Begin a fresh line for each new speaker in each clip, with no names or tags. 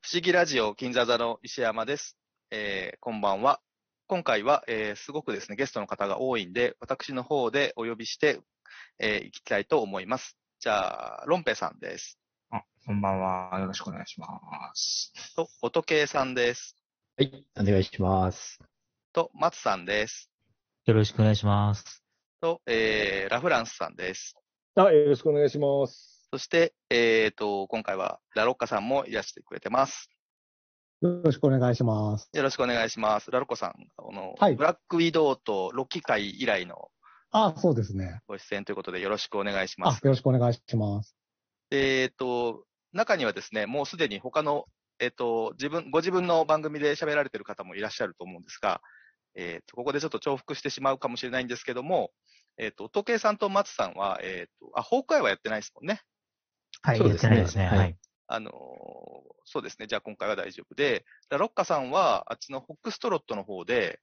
不思議ラジオ金座座の石山です。えーこんばんは。今回は、えーすごくですね、ゲストの方が多いんで、私の方でお呼びして、えーいきたいと思います。じゃあ、ロンペさんです。
あ、こんばんは。よろしくお願いします。
と、音系さんです。
はい、お願いします。
と、松さんです。
よろしくお願いします。
と、えーラフランスさんです。
あ、よろしくお願いします。
そして、えっ、と、今回はラロッカさんもいらしてくれてます。
よろしくお願いします。
よろしくお願いします。ラロッカさん、あの、
はい
ブラックウィドウとロッキー会以来の
あ、そうですね。
ご出演ということでよろしくお願いしま
あ
す、。
よろしくお願いします。
えっ、と、中にはですね、もうすでに他の、えっ、と、自分、ご自分の番組で喋られてる方もいらっしゃると思うんですが、えっ、と、ここでちょっと重複してしまうかもしれないんですけども、えっ、と、時計さんと松さんは、えっ、と、あ、崩壊はやってないですもんね。
はい、
そう
や
で
っ
す
て
ね
ないですね。
はい
はい。
あのーそうですね。じゃあ今回は大丈夫で、ラロッカさんは、あっちのホックストロットの方で、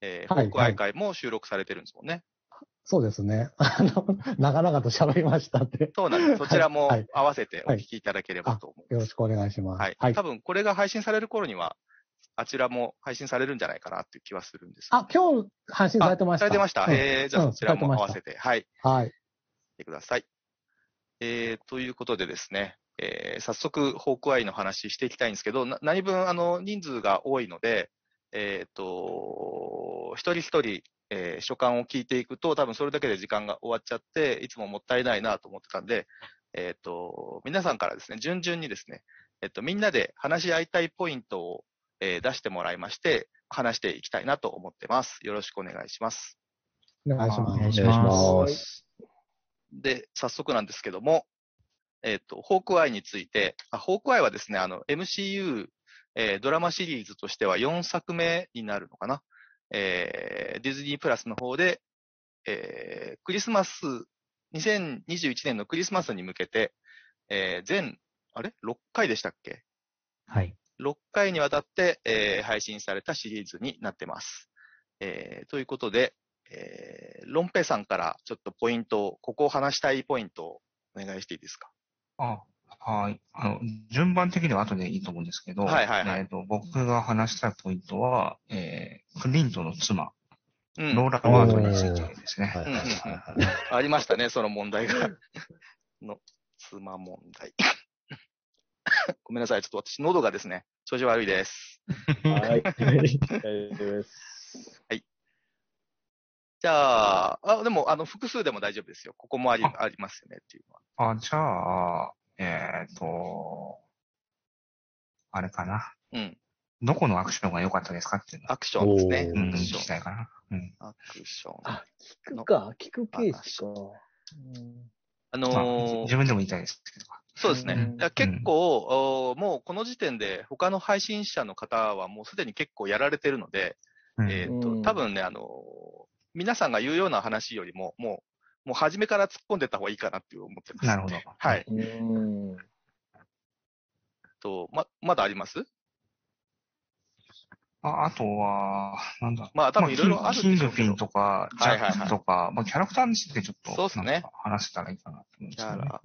えー、
はい
ホックアイ会も収録されてるんですもんね。
そうですね。あの、長々と喋りましたんで、
そうなん です。そちらも
はい
合わせてお聞きいただければと思います。
よろしくお願いします。
はい。多分これが配信される頃には、あちらも配信されるんじゃないかなっていう気はするんですけど。
あ、今日配信されてまし
さ
た。
れてました。
うん
えー、じゃあ
うん
そちらも合わ
さ
せ
れ
て、はい、
はい。
見てください。えー、ということでですね、えー、早速、ホークアイの話していきたいんですけど、な何分、あの、人数が多いので、えっ、と、一人一人、えー所感を聞いていくと、多分それだけで時間が終わっちゃって、いつももったいないなと思ってたんで、えっ、と、皆さんからですね、順々にですね、えっ、と、みんなで話し合いたいポイントを、えー出してもらいまして、話していきたいなと思ってます。よろしくお願いします。
お願いし
あお
ま
願い
す
し。
お願いし
ま
ます。
で、早速なんですけども、えっ、と、ホークアイについて、あホークアイはですね、あの、MCU、えードラマシリーズとしては4作目になるのかな。えーディズニープラスの方で、えークリスマス、2021年のクリスマスに向けて、えー全、あれ ?6 回でしたっけ
はい。
6回にわたって、えー配信されたシリーズになってます。えーということで、えーロンペさんからちょっとポイントを、ここを話したいポイントをお願いしていいですか
あ、はい。あの、順番的には後でいいと思うんですけど、
はいはいはい
えっ、と、僕が話したいポイントは、えー、クリントの妻、
うん。
ローラ・ワードについてですね。
はいはいはいはい
ありましたね、その問題が。 の、妻問題。 ごめんなさい、ちょっと私、喉がですね、調子悪いです。
はい。大丈夫です。
じゃあ、あ、でも、あの、複数でも大丈夫ですよ。ここもあり、
あ
ありますよねっていうのは。
あ、じゃあ、えっ、と、あれかな。
うん。
どこのアクションが良かったですかっていうの
アクションですね
お。
うん、
ー
ア
聞
クシ
き
ョン。
たいかな。うん。
アクション。
あ聞くか、聞く形式か。
あ
まあ
のー
自分でも言いたいですけど。
そうですね。
うん
だから結構、おーもうこの時点で他の配信者の方はもうすでに結構やられてるので、
うん
えっ、
う
と、
ん
多分ね、あのー皆さんが言うような話よりも、もう、もう初めから突っ込んでた方がいいかなって思ってます。
なるほど。
は
う
い。
うん。
と、ま、まだあります
ああとは、なんだ
まあ多分いろいろあるん
キン
で
グ
し
キ
ょ
ン
うけ
グピ
ど
ンとか、ジ
はいはい
ャ
はい
ックとか、まあ、キャラクターについてちょっと、
そうっすね
なんか話せたらいいかなと思うんですけど、ね。
キャラ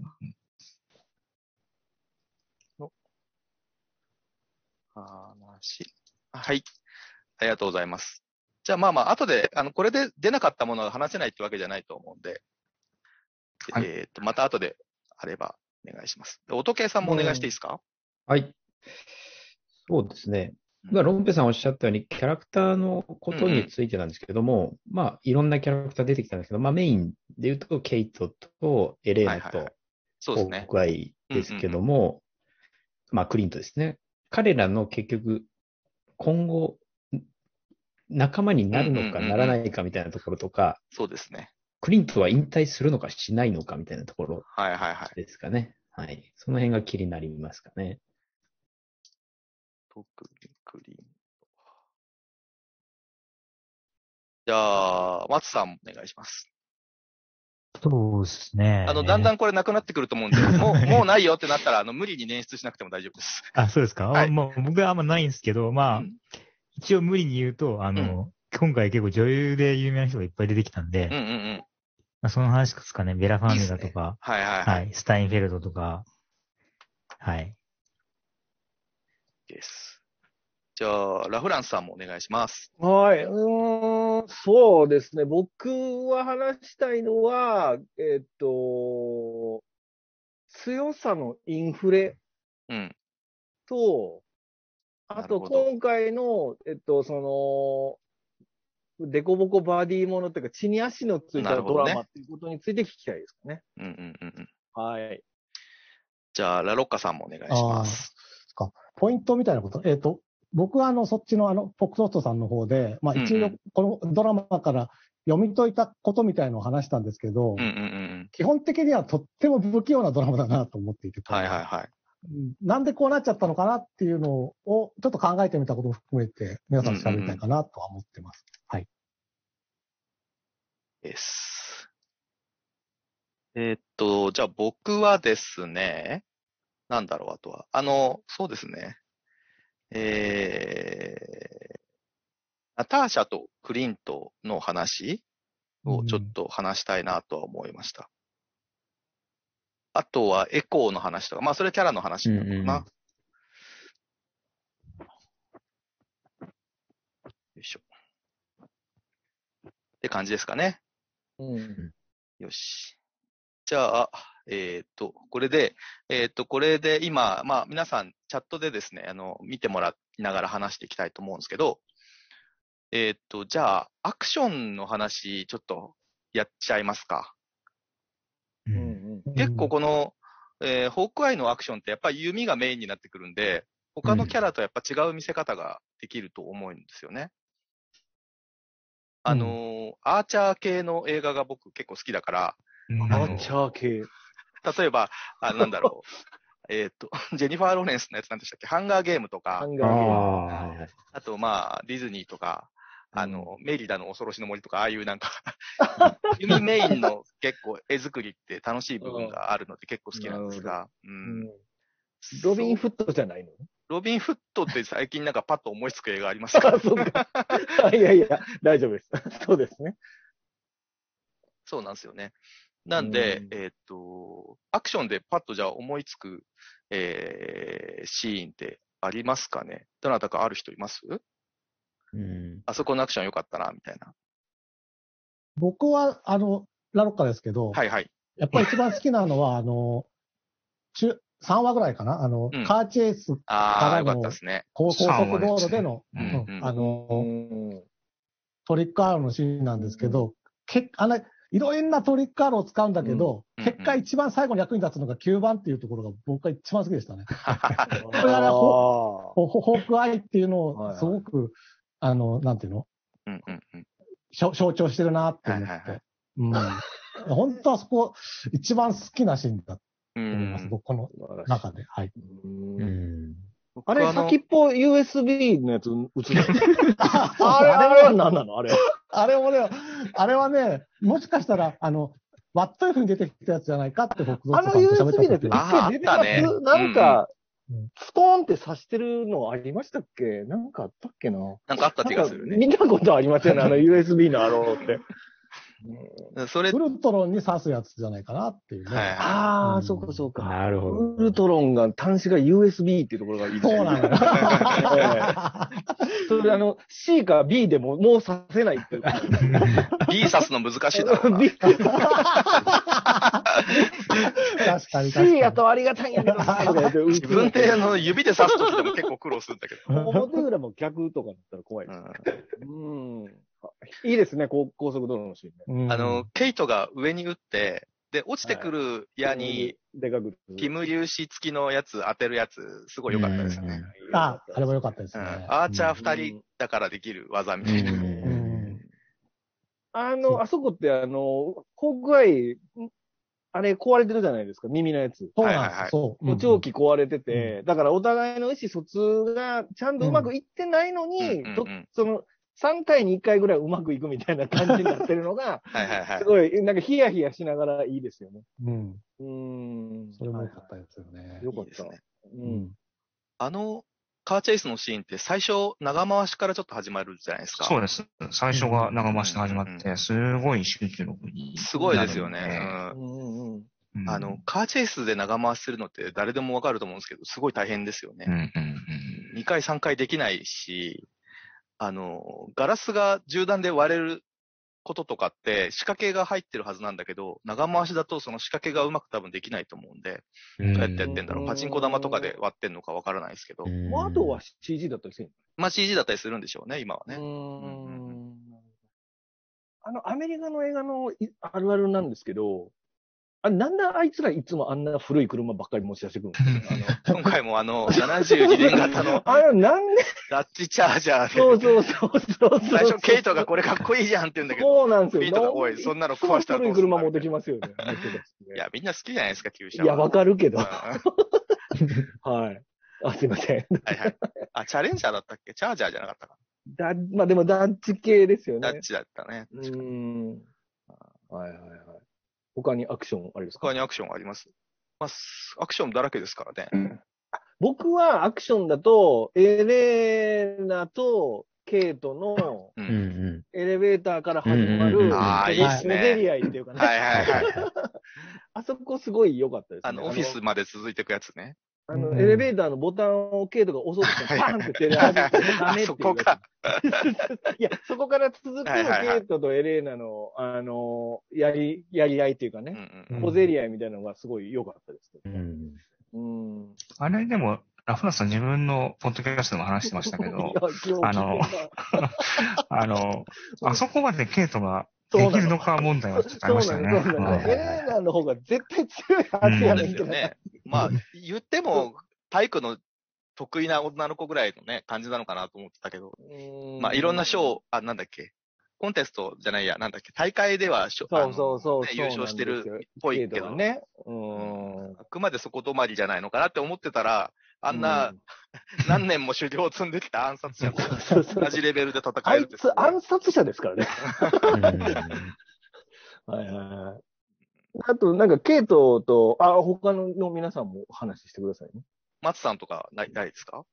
話。はい。ありがとうございます。じゃあまあまあ、後で、あの、これで出なかったものが話せないってわけじゃないと思うんで、
はい
えっ、と、また後であればお願いします。で音計さんもお願いしていいですか、
はい。そうですね。まあロンペさんおっしゃったように、キャラクターのことについてなんですけども、まあ、いろんなキャラクター出てきたんですけど、まあ、メインで言うと、ケイトとエレーナ
はいはいは
と
いそうですね。
ホークアイですけども、まあ、クリントですね。彼らの結局、今後、仲間になるのかならないかみたいなところとか、
そうですね。
クリントは引退するのかしないのかみたいなところ
はいはいはい。
ですかね。はい。その辺が気になりますかね。
特にクリーン。じゃあ、松さんお願いします。
そうですね。
あの、だんだんこれなくなってくると思うんで、もう、 もうないよってなったら、あの、無理に捻出しなくても大丈夫です。
あ、そうですか。
は
あ
い
もう僕はあんまないんですけど、ま
う
あ
ん、
一応無理に言うと、あの、今回結構女優で有名な人がいっぱい出てきたん
うんう
で、
んうん。
まあその話ですかね、ベラ・ファーミ
いいっ
ガ
すね
とか、
はいはいはい。
はい、スタインフェルドとか、はい。
です。じゃあ、ラフランスさんもお願いします。
はい。うーん、そうですね。僕は話したいのは、えっと、強さのインフレ
うん。
と、あ
なる
と
ほど
今回の、えっと、その、デコボコバディものっていうか、地に足のつい
な
た
るほ
ド
どね
ラマっていうことについて聞きたいですかね。
うんうんうんうん。
はい。
じゃあ、ラロッカさんもお願いします。
ポイントみたいなこと。えっ、と、僕はあの、そっちのあの、ポックソフトさんの方で、まあ一
うんう
応
ん、
このドラマから読み解いたことみたいのを話したんですけど、
うんうんうんうん。
基本的にはとっても不器用なドラマだなと思っていて、
はいはいはい。
うんなんでこうなっちゃったのかなっていうのを、ちょっと考えてみたことも含めて、皆さんと喋りたいかなとは思ってます。
です。えーっと、じゃあ僕はですね、なんだろう、あとは。あの、そうですね。えー、ナターシャとクリントの話をちょっと話したいなとは思いました。あとはエコーの話とか、まあそれキャラの話なのかな。
うんうんう
よ
ん
いしょ。って感じですかね。
うん。
よし。じゃあ、えっ、と、これで、えっ、と、これで今、まあ、皆さん、チャットでですね、あの、見てもらいながら話していきたいと思うんですけど、えっ、と、じゃあ、アクションの話、ちょっと、やっちゃいますか。
う
うんん。
はい。
結構この、えーホークアイのアクションって、やっぱり弓がメインになってくるんで、他のキャラとやっぱ違う見せ方ができると思うんですよね。あのーアーチャー系の映画が僕結構好きだから、
うん
あ
ア
の
ーチャー系。
例えば、あ なんだろう。えっと、 ジェニファー・ローレンスのやつなんでしたっけハンガーゲームと
ハ
か、
ン
あ
ガーゲーム。
あ、はいはい。
あとまあ、ディズニーとか、あの、メリダの恐ろしの森とか、ああいうなん か、弓メインの結構絵作りって楽しい部分があるので結構好きなんですが、う。
うんんロビン・フットじゃないの
ロビン・フットって最近なんかパッと思いつく映画あります か
そうか。いやいや、大丈夫です。そうですね。
そうなんですよね。なんで、
うん
えーっと、アクションでパッとじゃあ思いつく、えー、シーンってありますかねどなたかある人います
うん。
あそこのアクション良かったな、みたいな。
僕は、あの、ラロッカですけど、
はいはい。
やっぱり一番好きなのは、あの、中、3話ぐらいかなあの、
うん
カーチェイス
ああ、
ただ
良
の
かったですね。
高高速道路での、
三
ですね
話
うん
うん
あ
う
の、
ん。
トリックアーローのシーンなんですけど、けあの、いろんなトリックアーローを使うんだけど、
うん
結果一番最後に役に立つのが9番っていうところが僕が一番好きでし たね。
こ
れはね
ほ
ホホホークアイっていうの
はいは
を
い
すごく、あの、なんていうの
うんうんうん。
しょ象徴してるなって思って。
はいはいはい
うん。本当はそこ、一番好きなシーンだと
う
思います、
ん、
僕この中で。はい。
うん。
あれ、
僕の
先っぽ USB のやつ映る。
あ
あれ、あれは何なのあれ。
あれもね、あれはね、もしかしたら、あの、ワット F に出てきたやつじゃないかって僕
あの USB のやつ、一
あー
回出てます
あったね
なんか
うん、
スコーンって刺してるのありましたっけなんかあったっけな
なんかあった気がするね。
見たことありませんね、あの USB のあのって。
それ、
ウルトロンに刺すやつじゃないかなっていうね。
はい
あ
う
あ、
ん
そうかそうか。
なるほど。
ウルトロンが端子が USB っていうところがいいですね
そうなんだよ。
ええそれあの、C か B でももうさせないっていう。
B 刺すの難しいだろう な。
B
確かに確かに。
C やとありがたいんや けどなとか言って、
自分であの指で刺すときでも結構苦労するんだけど。
表裏も逆とかだったら怖い。
うん
うん。いいですね、高高速道路のシーンね。
うん
あの、、ケイトが上に打って、で、落ちてくる矢に、
でかく。
ピム粒子付きのやつ当てるやつ、すごい良かったですよね。
あ、あれも良かったです
うん。
ね。
アーチャー二人だからできる技みたいな。
う
うん
ん
あの、あそこって、あの、ホークアイ、あれ壊れてるじゃないですか、耳のやつ。
そ
は
うないん
はい
で
はい
すそう。
補聴器壊れてて、だからお互いの意思疎通がちゃんとうまくいってないのに、
うんうんうん
どその3回に1回ぐらいうまくいくみたいな感じになってるのが、
はいはい はい
す。ごい、なんかヒヤヒヤしながらいいですよね。
うん。うん。
うーん。
それも良かったですよね。
よかっ
いいで
た。
すね
う
うん
ん。
あの、カーチェイスのシーンって最初、長回しからちょっと始まるじゃないですか。
そうです。最初が長回しで始まっ
う
て、すごい集中力に。
すごいですよね。
なるんで
うん
うんうんうん。
うん
あの、、カーチェイスで長回しするのって誰でもわかると思うんですけど、すごい大変ですよ
う
ね。
んうんうん。
2回3回できないし、あの、ガラスが銃弾で割れることとかって仕掛けが入ってるはずなんだけど、長回しだとその仕掛けがうまく多分できないと思うんで、
う
ど
ん
うやってやってんだろう。パチンコ玉とかで割ってんのかわからないですけど、
うん
窓は CG だったりする
まあ CG だったりするんでしょうね、今は
の
ね。
う
うんうん
んあの、アメリカの映画のいあるあるなんですけど、あなんであいつらいつもあんな古い車ばっかり持ち出してくるんですか
今回もあの、72年型の
あれ、なんで、
ラッチチャージャーで、
そうそうそうそう。
最初ケイトがこれかっこいいじゃんって言うんだけど、
そうなんですよ。
ケイトがおい、そんなの壊したらど
古
するん
いう
だ
車持ってきますよね。あの人たち
いや、みんな好きじゃないですか、旧車
ねいや、わかるけど。は。
はい
あ、すいません。
いはい。あ、チャレンジャーだったっけチャージャーじゃなかったか。
だまあでも団地系ですよ
ダ
ね
ッ。チだったね。
うーん。はいはいはい。他にアクションあれですか
他にアクションありますまあ、すアクションだらけですからね。
僕はアクションだと、エレーナとケイトの
う。
うんん
エレベーターから始ま
うんうん
る、
うん
あーいいっすね
小競り合いっていうかね、
はいはいはい。
あそこすごい良かったですね。
あの、オフィスまで続いていくやつね。
あの、
うん
エレベーターのボタンをケイトが押そうとしたら、パンって手で弾いてダメっ ていうやつ
あそこか。
いや、そこから続く
はいはいはい
ケイトとエレーナの、あの、やり、やり合いっていうか
うんう
ね、
ん。
ん
小競り合いみたいなのがすごい良かったですね。
うんうん
うん。
あれでも、ラフナさん自分のポッドキャストでも話してましたけ
いや
ど、
今日
あの
聞いて
あの、
た
あそこまでケイトが
そう
でき
な
るのか問題はちょっとありましたよね。
そうなの、そうなの。エレーナの方が絶対強いはず
そ
や
う
ね
で
ん
す
けど
よ。ね。まあ、言っても、体育の得意な女の子ぐらいのね、感じなのかなと思ってたけど、
うん
まあ、いろんな賞、あ、なんだっけ、コンテストじゃないや、なんだっけ、大会では賞、
そうそう
あ
そう
のね
そう
優勝して
そうなんで
る
す
っぽいけ
ケイト
どね。
がね。うん。
あくまでそこ止まりじゃないのかなって思ってたら、あんな、
うん
何年も修行を積んできた暗殺者と
そうそう
同じレベルで戦
あ
える
い
ってす
つ
ごい
暗殺者ですからね。
う
はいはいはい。あと、なんか、ケイトと、あ、他の皆さんもお話ししてくださいね。
松さんとかないないですか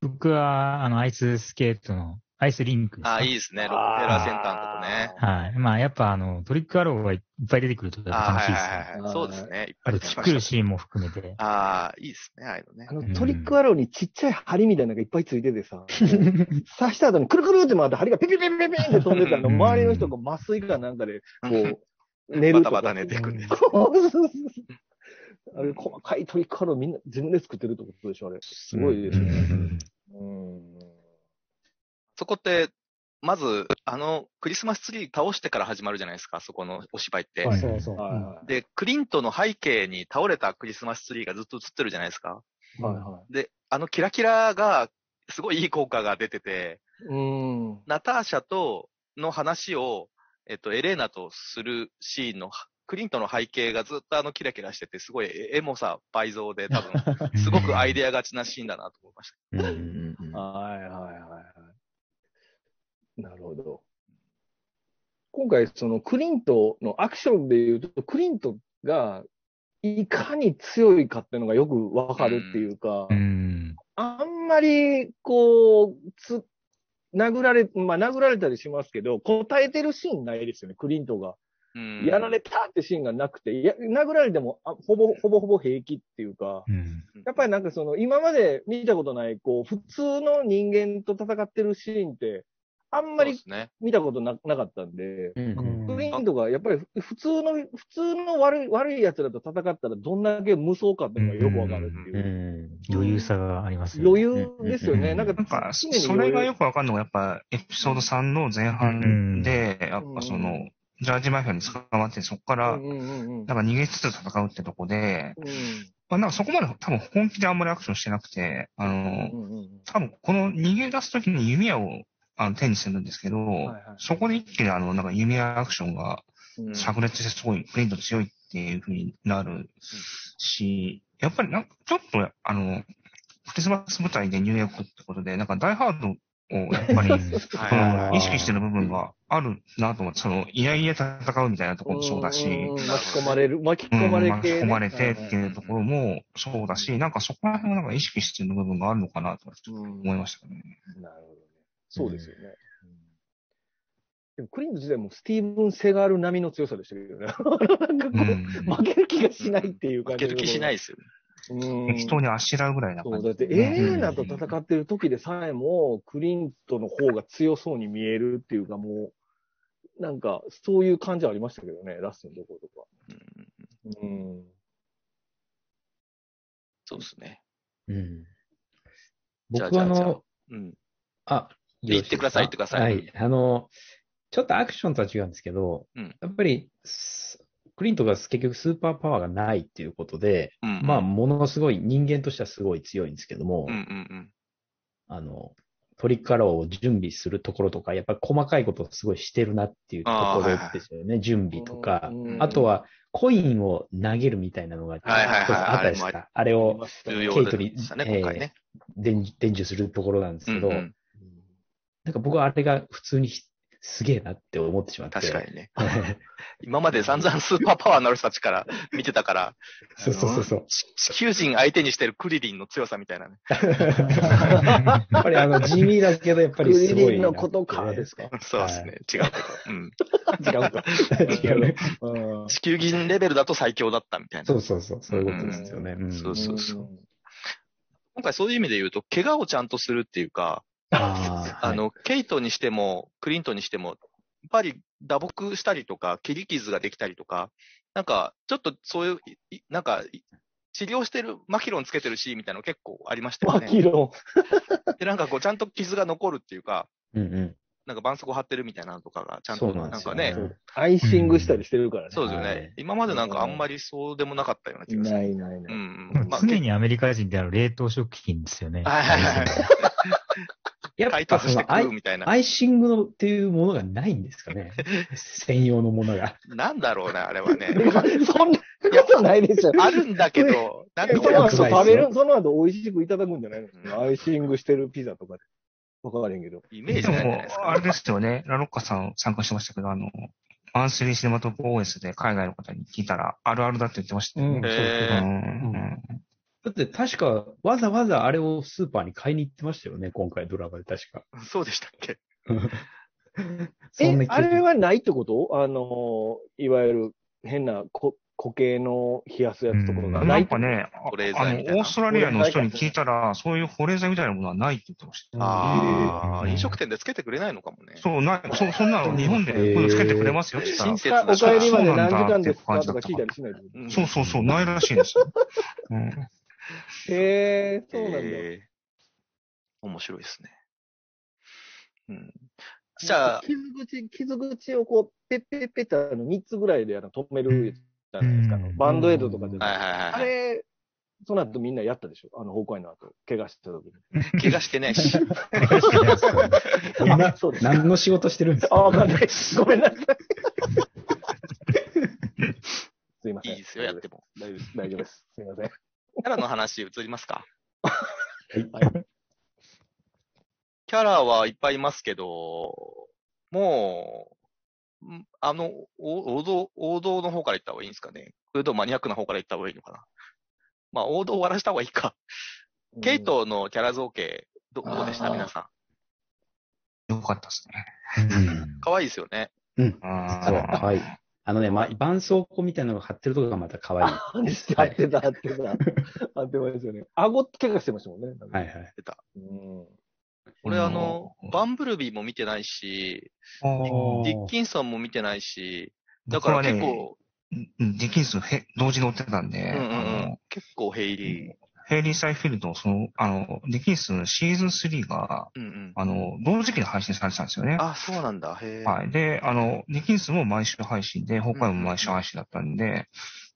僕は、あの、アイススケートの、アイスリンクですか。
あ、いいですね。ロックフェラーセンターのとこね。
はい。まあ、やっぱ、あの、トリックアローがいっぱい出てくるとやっぱ
あ
楽
は
しい
い
で
は
すね。
い
ね
はい。そうですね。いっ
あ
ぱ
と、
い出てきま
作る
した。
シーンも含めて。
ああ、いいですね、ああいうのね
あ。の
うん、
トリックアローにちっちゃい針みたいなのがいっぱいついててさ、刺した後にくるくるって回って針がピピピピピンって飛んでたの、
うん
周りの人が麻酔かなんかで、こ う、寝る
バタ
と
バタ
か。
寝ていくんで。
そうそうそうそう あれ、細かいトリックアローみんな自分で作ってるってことでしょ、あれ。すごいです
ん
ね。
うん
うん。
そこって、まず、あの、クリスマスツリー倒してから始まるじゃないですか、そこのお芝居って。
はい
そうそう。
はいは
で、クリントの背景に倒れたクリスマスツリーがずっと映ってるじゃないですか。
い。はいは
で、あのキラキラが、すごいいい効果が出てて、
い。うん。
ナターシャとの話を、えっと、エレーナとするシーンの、クリントの背景がずっとあのキラキラしてて、すごいエモさ倍増で、多 分、すごくアイデア勝ちなシーンだなと思いました。
うんうんうん
はいはいはいはい。なるほど。今回、そのクリントのアクションで言うと、クリントがいかに強いかっていうのがよくわかるっていうか、
うん。
あんまり、こう、つ、殴られ、まあ、殴られたりしますけど、答えてるシーンないですよね、クリントが。
うん
やられたってシーンがなくて、や殴られてもあほぼ、ほぼほぼ平気っていうか、
うん。
やっぱりなんかその、今まで見たことない、こう、普通の人間と戦ってるシーンって、あんま
そうで
り
すね。
見たことななかったんで、
うん
う
うん
ん
クリーンとか、やっぱり普通の、普通の悪い、悪い奴らと戦ったらどんだけ無双かっていうのがよくわかるって
う
いう。
ん
余裕さがありますよね。
余裕ですよね。
うん
なんか
なんか、
常に
そ
余
れ
裕
がよくわかんのが、やっぱ、エピソード3の前半で、やっぱそ
うん
の、ジャージマフィアに捕まって、そこか
う
ら
ん、うんうんうん
なんか逃げつつ戦うってとこで、
う
まあ、なんかそこまで多分本気であんまりアクションしてなくて、あの、
んうんうん
多分この逃げ出すときに弓矢をあの手にするんですけど、
い
そこで一気にあの、なんか弓矢アクションが
うん
炸裂してすごいプリント強いっていう風になるし、やっぱりなんかちょっと、あの、クリスマス舞台でニューヨークってことで、なんかダイハードをやっぱり、そ
は
の意識してる部分があるなと思って、その、いやいや戦うみたいなところもそうだし、
んんん巻き込まれる、巻き
うん
込まれ
巻き
系ね
込まれてっていうところもそうだし、なんかそこら辺をなんか意識してる部分があるのかなとちょっと思いましたね。
なるほどね。そうですよね。でもクリント自体もスティーブン・セガール並みの強さでしたけどね。なんかこう
うん。
負ける気がしないっていう
負
感
け
じ
る気しない
い。
ですよね。
適当にあしらうぐらいな
そ
感
う、
じ
だっ。てエレーナと戦ってる時でさえも、クリントの方が強そうに見えるっていうか、もう、なんか、そういう感じはありましたけどね、ラストのところとか。
うん
うん。
そうですね。
うん。
じゃあ
僕はあ
じゃあじゃあ
の、
うん。
あ、
言ってください
よろしですか
言
は
ってくだ
い。あの、ちょっとアクションとは違うんですけど、
うん
やっぱり、スクリントが結局スーパーパワーがないっていうことで、
うん
まあ、ものすごい、人間としてはすごい強いんですけども、
うんうん
あの、トリックアローを準備するところとか、やっぱり細かいことをすごいしてるなっていうと
あー
こ
はい
ろ
はい
ですよね、準備とか
う。ん
あと、は、コインを投げるみたいなのが、ちょっと
はいはいはい
あったりした。
あ
あ
れ
れ
あり
を
ました
うん。
ね
重
ケ
要
イト
で
に
したね、今回ね。
伝伝授するところなんですけど、
うんうん
なんか僕はあれが普通にひすげえなって思ってしまって。
確かにね。
はい。
今まで散々スーパーパワーのある人たちから見てたから、
そうそうそうそう。
ち地球人相手にしてるクリリンの強さみたいなね。
やっぱりあの地味だけど、やっぱ
ク
りすご
リ
いなって。
リンのことかですか
そうですね。違うけど。うん。
違うか。
違うね。
うん
地球人レベルだと最強だったみたいな。
そうそうそう。そういうことですよね。うん
そうそうそう。今回そういう意味で言うと、怪我をちゃんとするっていうか、
あー
あ、の、ケイトにしても、クリントにしても、やっぱり打撲したりとか、切り傷ができたりとか、なんか、ちょっとそういうい、いなんか、い治療してる、マキロンつけてるシーンみたいなの結構ありましたよ
マキ
ね。
ロン。
で、なんかこう、ちゃんと傷が残るっていうか、
はいうんうん。
なんか絆創膏貼ってるみたいなのとかが、ちゃんと、
そうなんで
なん
すよ
か
ね
ね、
アイシングしたりしてるからね。
そうですよね、
はい
今までなんかあんまりそうでもなかったような気がする。
ないないな
う
い。
ん
で
うん。
も常にアメリカ人ってあの冷凍食品ですよね。
はいはいはいはい。
や
解
っぱ
凍
そ
して
のア
食
イ
うみたいな。
アイシングのっていうものがないんですかね。専用のものが。
なんだろうな、あれはね。
そんなことないでしょ。
あるんだけど、なんか
そ
俺
の
は
よ
後 食べる、その後美味しくいただくんじゃないのアイシングしてるピザとかで。わからへんけど。
イメー
で
ジないじゃない
も
です、
あ
か
れ。ですよね。ラロッカさん参加してましたけど、あの、マンスリーシネマトーク OS で海外の方に聞いたら、あるあるだって言ってましたよね。
うん
う
え
んうん
だって確か、わざわざあれをスーパーに買いに行ってましたよね、今回ドラマで確か。
ー、そうでしたっけ
そんな
え、
記
あ
憶
れはないってことあの、いわゆる変なこ固形の冷やすやつとかがな
ないんかね、
保冷剤
ああの、
みたいな
オーストラリアの人に聞いたら、そういう保冷剤みたいなものはないって言ってました。
ああ、
えー
飲食店でつけてくれないのかもね。
そう、ない、そ、そんなの日本でこういうのつけてくれますよって言った
親、
ら
切
お
だ
帰
し
りまで何時間ですかとか聞いたりしないで。
うん
そうそうそう、ないらしいですよ。うん。
へえ、そうなんだ。
えー面白いですね。うん。じゃあ、
傷口、傷口をこう、ペッペッペッってあの3つぐらいであの止めるじゃないですか。あの
うん
バンドエイドとかで。
はいはい
あ
はいは
れ、その後みんなやったでしょあの、崩壊の後、怪我した時に。
い。怪我してないし。
な
そうです。
何の仕事してるんです
あ、わか
か
んないです。ごめんなさい。すいません。
いいですよ、やっても。
大丈夫です。大丈夫 です。すいません。
キャラの話移りますか。
はい
キャラはいっぱいいますけど、もう、んあの、お王道、王道の方から行った方がいいんですかね。それともマニアックな方から行った方がいいのかな。まあ、王道終わらした方がいいか。 ケイトのキャラ造形、どどうでした
あー
皆さ
よかったですね。
ん。可愛いですよね。
あ
そう、はい。あのね、ま、絆創膏みたいなのが貼ってるとこがまた可愛い。は
うん。合ってた、合ってた。合ってますよね。顎怪我してましたもんね。
いは。い。
うん。
俺、あの
うん、
バンブルビーも見てないし、
あー
ディッキンソンも見てないし、だ
僕
から
はね
結構、
うんディキンスへ同時に追ってたんで、
うんうん
あ
うん
の、
結構ヘイリー。
ヘイリー・サイフィールド、その、あの、ディキンスシーズン3が、
うんうん。
あの、同時期に配信されてたんですよね。
あ、そうなんだ。へえ。
はい。で、あの、ディキンスも毎週配信で、崩壊も毎週配信だったんで、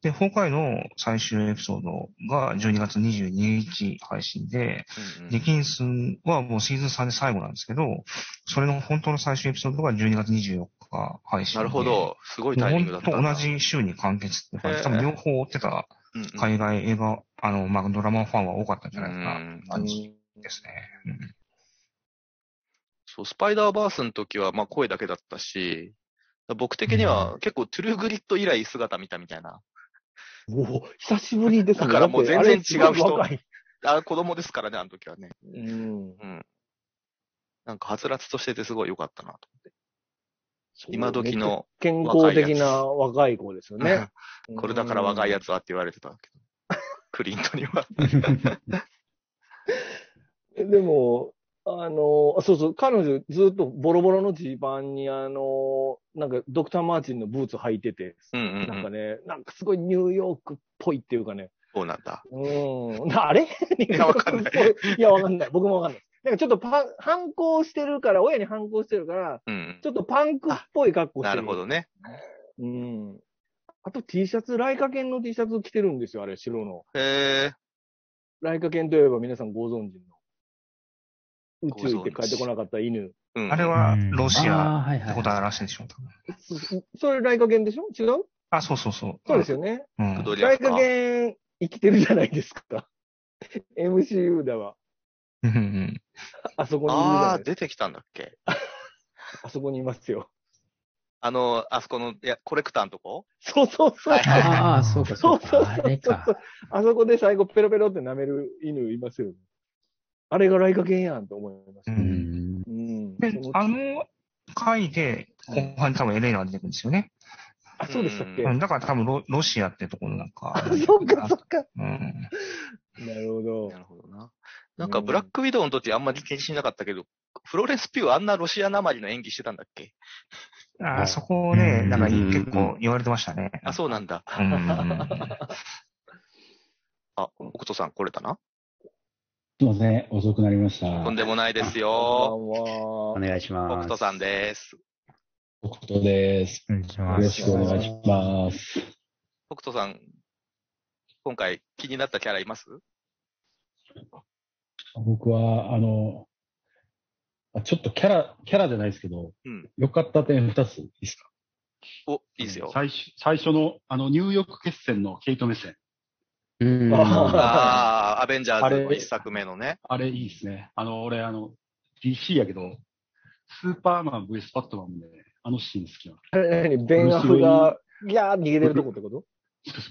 で、崩壊の最終エピソードが12月22日配信で、
うんうん
ディキンスはもうシーズン3で最後なんですけど、それの本当の最終エピソードが12月24日配信で。
なるほ。ど。すごいタイミングだ
本
った
当
んだ。
同じ週に完結って感じ、多分両方追ってた
うんうん
海外映画、あの、まあ、ドラマファンは多かったんじゃないか
う
なん感じですね。うん
そう、スパイダーバースの時は、まあ声だけだったし、僕的には結構トゥルーグリッド以来姿見たみたいな。
おお、久しぶりですね。
だからもう全然違う人
だってあれすごい若い
あ、子供ですからね、あの時はね。
うん。
なんかはつらつとしててすごい良かったなと思って。今時
めっちゃ
の、
健康的な若い子ですよね。
これだから若いや
つ。
つはって言われてたけ クリントに は。
でも、あの、あそうそう、彼女ずっとボロボロのジーパンに、あの、なんかドクター・マーチンのブーツ履いてて、
うんうんうん
なんかね、なんかすごいニューヨークっぽいっていうかね、
そうなんだ。
うん、なあれい
やわか んない。
いや、わかんない。僕もわかんない。なんかちょっとパン、反抗してるから、親に反抗してるから、
うん
ちょっとパンクっぽい格好して
な
る。
るほどね。
うん。あと T シャツ、ライカ犬の T シャツ着てるんですよ、あれ、白の。
え
ライカ犬といえば皆さんご存知の。宇宙って帰ってこなかった犬。
ーうん、
あれは
うん
ロシア
あーはい
って
は
こ
い
と。らしいでしょ。多分
それライカ犬でしょ違う
あ、そうそうそう。
そうですよね。
うん。
どう
ライカ犬生きてるじゃないですか。MCU だわ。
うんうん
あそこにいるじゃ
あ
ない
あ、
です
出てきたんだっけ
か。あそこにいますよ。
あの、あそこの、いや、コレクターのとこ
そうそうそう。
ああ、そうか、そう
そうそう
か。
そう
あれか。
あそこで最後ペロペロって舐める犬いますよね。あれがライカ犬やんと思います
う
う
ね。
ん。
うん
で
そ、
あの回で、後半に多分エレーナが出てくるんですよね。
あ、そうでしたっけ、
うん、だから多分ロロシアってところなんか。
そうか、そうか。
うん。
なるほど
な。るほどな。なんか、ブラックウィドウの時あんまり気にしなかったけど、フロレンス・ピューあんなロシアなまりの演技してたんだっけ
あーそこね、
うん
なんか結構言われてましたね。
あ、そうなんだ。
うんうんうん。
あ、奥戸さん来れたな
すいません、遅くなりました。
とんでもないですよ。
こ
お
んばんは。
願いします。
奥戸さんです。
ことです。
お願いし
よ
ま
ろ
す。
しくお願いします。
北斗さん、今回気になったキャラいます
僕は、あの、あちょっとキャラ、キャラじゃないですけど、
うん
良かった点2ついいですか
お、いいですよ。
最初最初の、あの、ニューヨーク決戦のケイト目線。
うん。
あ
ああ、アベンジャーズ
あ
の
れ
一作目のね。
あれいいですね。あの、俺、あの、DC やけど、スーパーマン VS バットマンで、あのシーン好きなの。
あれ何ベンアフが、ギャーって逃げてるとこってこと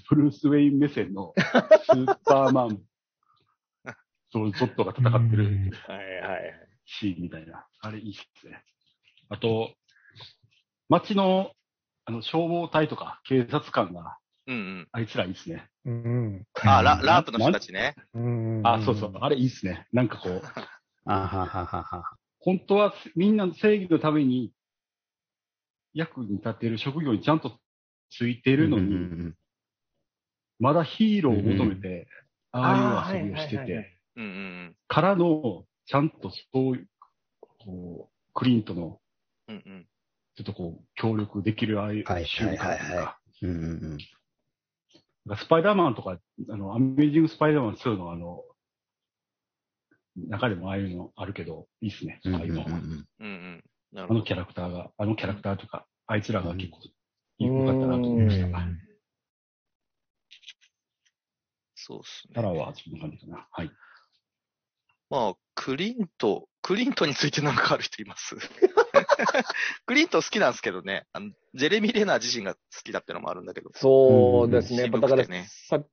ブルース・ウェイン目線 のスーパーマンとゾットが戦ってる。
はいはいはい。
シーンみたいな。あれいいっすね。あと、街のあの消防隊とか警察官が、
うんうん。
あいつらいいっすね。
うん。
あ、ララープの人たちね。
うん
あ、そうそう。あれいいっすね。なんかこう、
あはははは。
本当はみんなの正義のために役に立てる職業にちゃんとついてるのに、
うんうん
まだヒーローを求めて、ああいう遊びをして
あーはいはいはいは
て、
うんうん
からの、ちゃんとそういう、こう、クリントの、
うん。うんうん。
ちょっとこう、協力できるああいう
はい
習慣というか、
はいはいはうんうん
スパイダーマンとか、あの、アメージングスパイダーマン2のあの、中でもああいうのあるけど、いいっすね。
うん
ああいうの
うんうん。なる
あ
ほど
の。キャラクターが、あのキャラクターとか、あいつらが結構、良かったなと思いました。
そうっす
キ
ね。
ャラは、そんな感じかな。はい。
まあ、クリント、クリントについてなんかある人います クリント好きなんですけどね。あのジェレミー・レナー自身が好きだってのもあるんだけど。
そうですね。
うん
やっぱだか
渋くて
ら
ね
さ、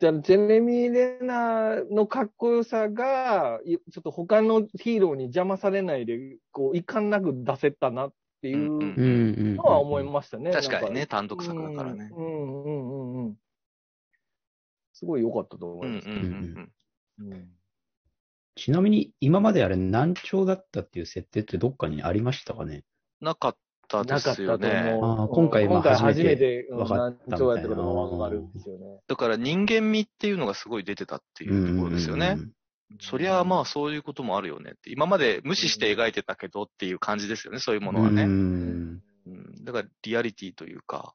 じゃあジェレミー・レナーのかっこよさが、いちょっと他のヒーローに邪魔されないで、こう、いかんなく出せたなってい
うんう
うん
うん。うんうん。
のは思いましたね。
確かに
なん
ね、単独作だからね。
うんうんうんうんうん。すごい良かったと思
う
い
んうん
ま
う
す。
ん
うん
ちなみに、今まであれ難聴だったっていう設定ってどっかにありましたかね
うん。なかったで
なかっ
す
た
よ
と
ね。
あ
思
ー
う。
今回
今回初め
初め
て
て、
うん
分かったみたいな
何兆やってことが分かるんですよね。
だから人間味っていうのがすごい出てたっていうところですよね。。そりゃあまあそういうこともあるよねって。今まで無視して描いてたけどっていう感じですよね、そういうも
も
のはね。
ね。
うん、だからリアリティというか。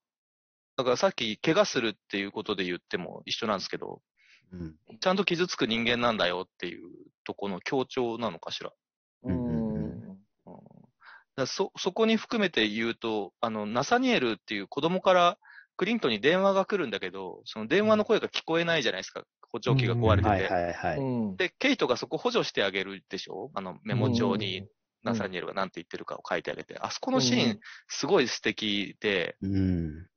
だからさっき怪我するっていうことで言っても一緒なんですけど、ちゃんと傷つく人間なんだよっていうとこの強調なのかしら。
う
うん
うんうん
ん。
うんだからそ、そこに含めて言うと、あの、ナサニエルっていう子供からクリントンに電話が来るんだけど、その電話の声が聞こえないじゃないですか。補聴器が壊れてて。
はいはいはい。
うん
で、ケイトがそこ補助してあげるでしょあの、メモ帳にナサニエルが何て言ってるかを書いてあげて。あそこのシーン、すごい素敵で、
うん。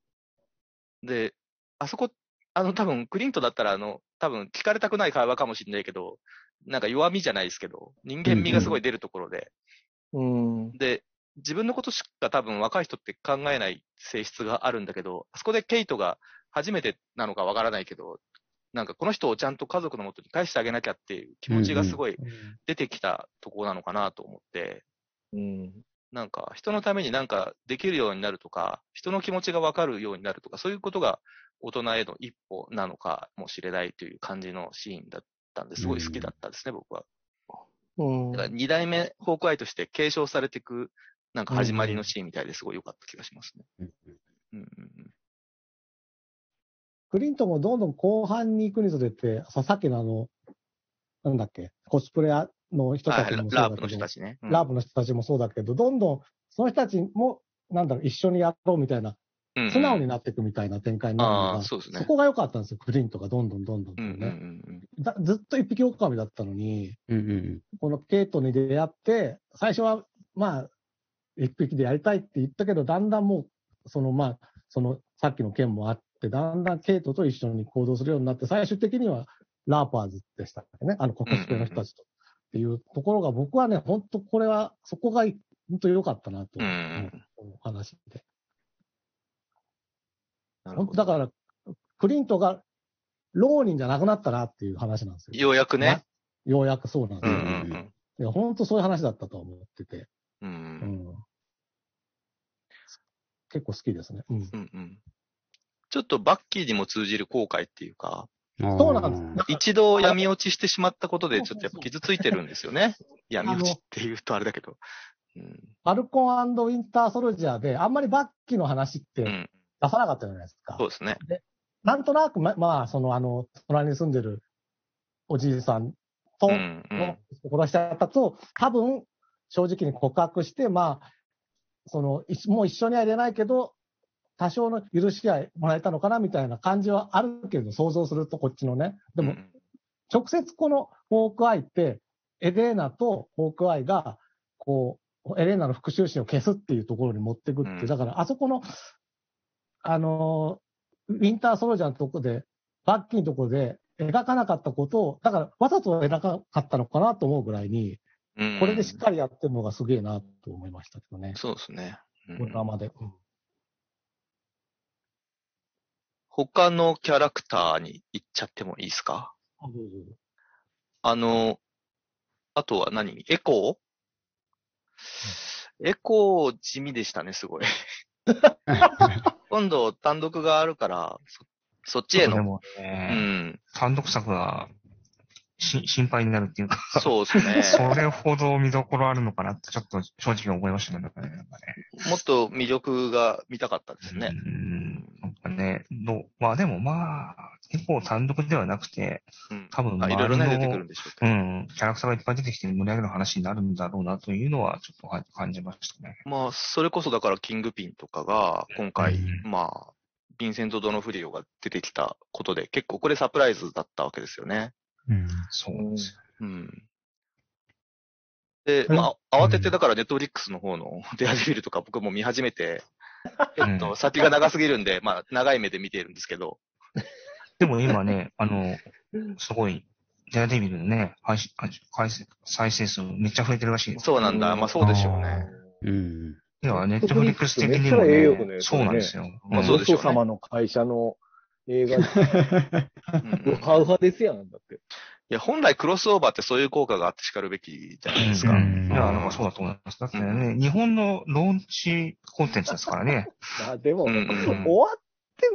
で、あそこ、あの、多分、クリントだったら、あの、多分、聞かれたくない会話かもしれないけど、なんか弱みじゃないですけど、人間味がすごい出るところで、
うん。
で、自分のことしか多分若い人って考えない性質があるんだけど、あそこでケイトが初めてなのかわからないけど、なんかこの人をちゃんと家族のもとに返してあげなきゃっていう気持ちがすごい出てきたところなのかなと思って、
うん。
なんか人のためになんかできるようになるとか、人の気持ちがわかるようになるとか、そういうことが大人への一歩なのかもしれないという感じのシーンだったんですごい好きだったんですね、僕は。
うん
だから二代目ホークアイとして継承されていく、なんか始まりのシーンみたいですごい良かった気がしますね。うんうんうん
クリントンもどんどん後半に行くにつれて、ささっきのあの、なんだっけ、コスプレの人
は
た
い
ちもそう
ラ
だ
ープ
け
の人
ど
た、ちね。うん
ラープの人たちもそうだけど、どんどんその人たちも、なんだろう、一緒にやろうみたいな、
うんうん
素直になっていくみたいな展開になるのが、
あーそうですね
そこが良かったんですよ、クリントンがどんどんどんどん
うんうんう
ね、
ん
だずっと一匹狼だったのに、
うんうん
このケイトに出会って、最初は、まあ、一匹でやりたいって言ったけど、だんだんもう、そのまあ、そのさっきの件もあって、だんだんケイトと一緒に行動するようになって、最終的にはラーパーズでしたね。あの、コスプレの人たちと。っていうところが、僕はね、本当これは、そこが本当良かったなと
うんう
思う、
ん
お話で。
なるほ
本
ど
当だから、クリントが浪人じゃなくなったなっていう話なんですよ。
ようやくね。
な。ようやくそうなんで
う
す
んう
よ。
ん
いや、本当そういう話だったと思ってて。
うん。うん
う
うん
ん。結構好きですね。うん。
うんうんちょっとバッキーにも通じる後悔っていうか、
そうなんです。
一度闇落ちしてしまったことで、ちょっとやっぱ傷ついてるんですよね。闇落ちっていうとあれだけど。うん
ファルコンウィンターソルジャーで、あんまりバッキーの話って
う
出
ん、
さなかったじゃないですか。
そうですね。
なんとなく、ま、まあ、その、あの、隣に住んでるおじいさんと、
うんうん
殺しちゃったと、多分、正直に告白して、まあ、その、いもう一緒にはいれないけど、多少の許し合いもらえたのかなみたいな感じはあるけど、想像するとこっちのね。でも
う、ん
直接このホークアイって、エレーナとホークアイが、こう、エレーナの復讐心を消すっていうところに持ってくっていう、
うん
だからあそこの、あのーウィンターソロジャーのとこで、バッキーのとこで描かなかったことを、だからわざと描かなかったのかなと思うぐらいに、
うん
これでしっかりやってるのがすげえなと思いましたけどね。
そうですね。うん
ドラマで。
他のキャラクターに行っちゃってもいいですかあの、あとは何エコーエコー地味でしたね、すごい。今度単独があるから、そそっちへ
で
の。
も
う
ね、
ん。
単独作がし心配になるっていうか、
そうですね。
それほど見どころあるのかなって、ちょっと正直思いましたね。なんかねなんかね
もっと魅力が見たかったですね。
うん。なんかね、どうまあでもまあ、結構単独ではなくて、
うん。
多分
あ
周
い
り
ろ
の
いろね、出てくるんでしょうけ
う
ど。
ん、キャラクターがいっぱい出てきて盛り上げる話になるんだろうなというのは、ちょっとは感じましたね。
まあ、それこそだから、キングピンとかが、今回、
うん
まあ、ヴィンセント・ドノフリオが出てきたことで、結構これサプライズだったわけですよね。
うん。
そう
うん
です
うん。で、
うん
まあ、慌てて、だから、ネットフリックスの方の デアデビルとか僕も見始めて、ちょっ
う
と
ん
先が長すぎるんで、まあ、長い目で見てるんですけど、
でも今ね、あの、すごい、ジャイアンデビルのね、配信、あ再生再生数めっちゃ増えてるらしいです。
そうなんだ。まあ、そうでしょうね。
うん。
いや、ネットフリックス的にも、
めっちゃええよね
ね、そうなんですよ。
れねまあ
ん
そうでしょうね
お父様の会社の映画、
うん
ウハウハですやん、だって。
いや、本来クロスオーバーってそういう効果があってしかるべきじゃないですか。
うんいや、あ
う
の、
ん
そうだと思います。だってね、日本のローンチコンテンツですからね。
あでも、
うんうん
うん
終わって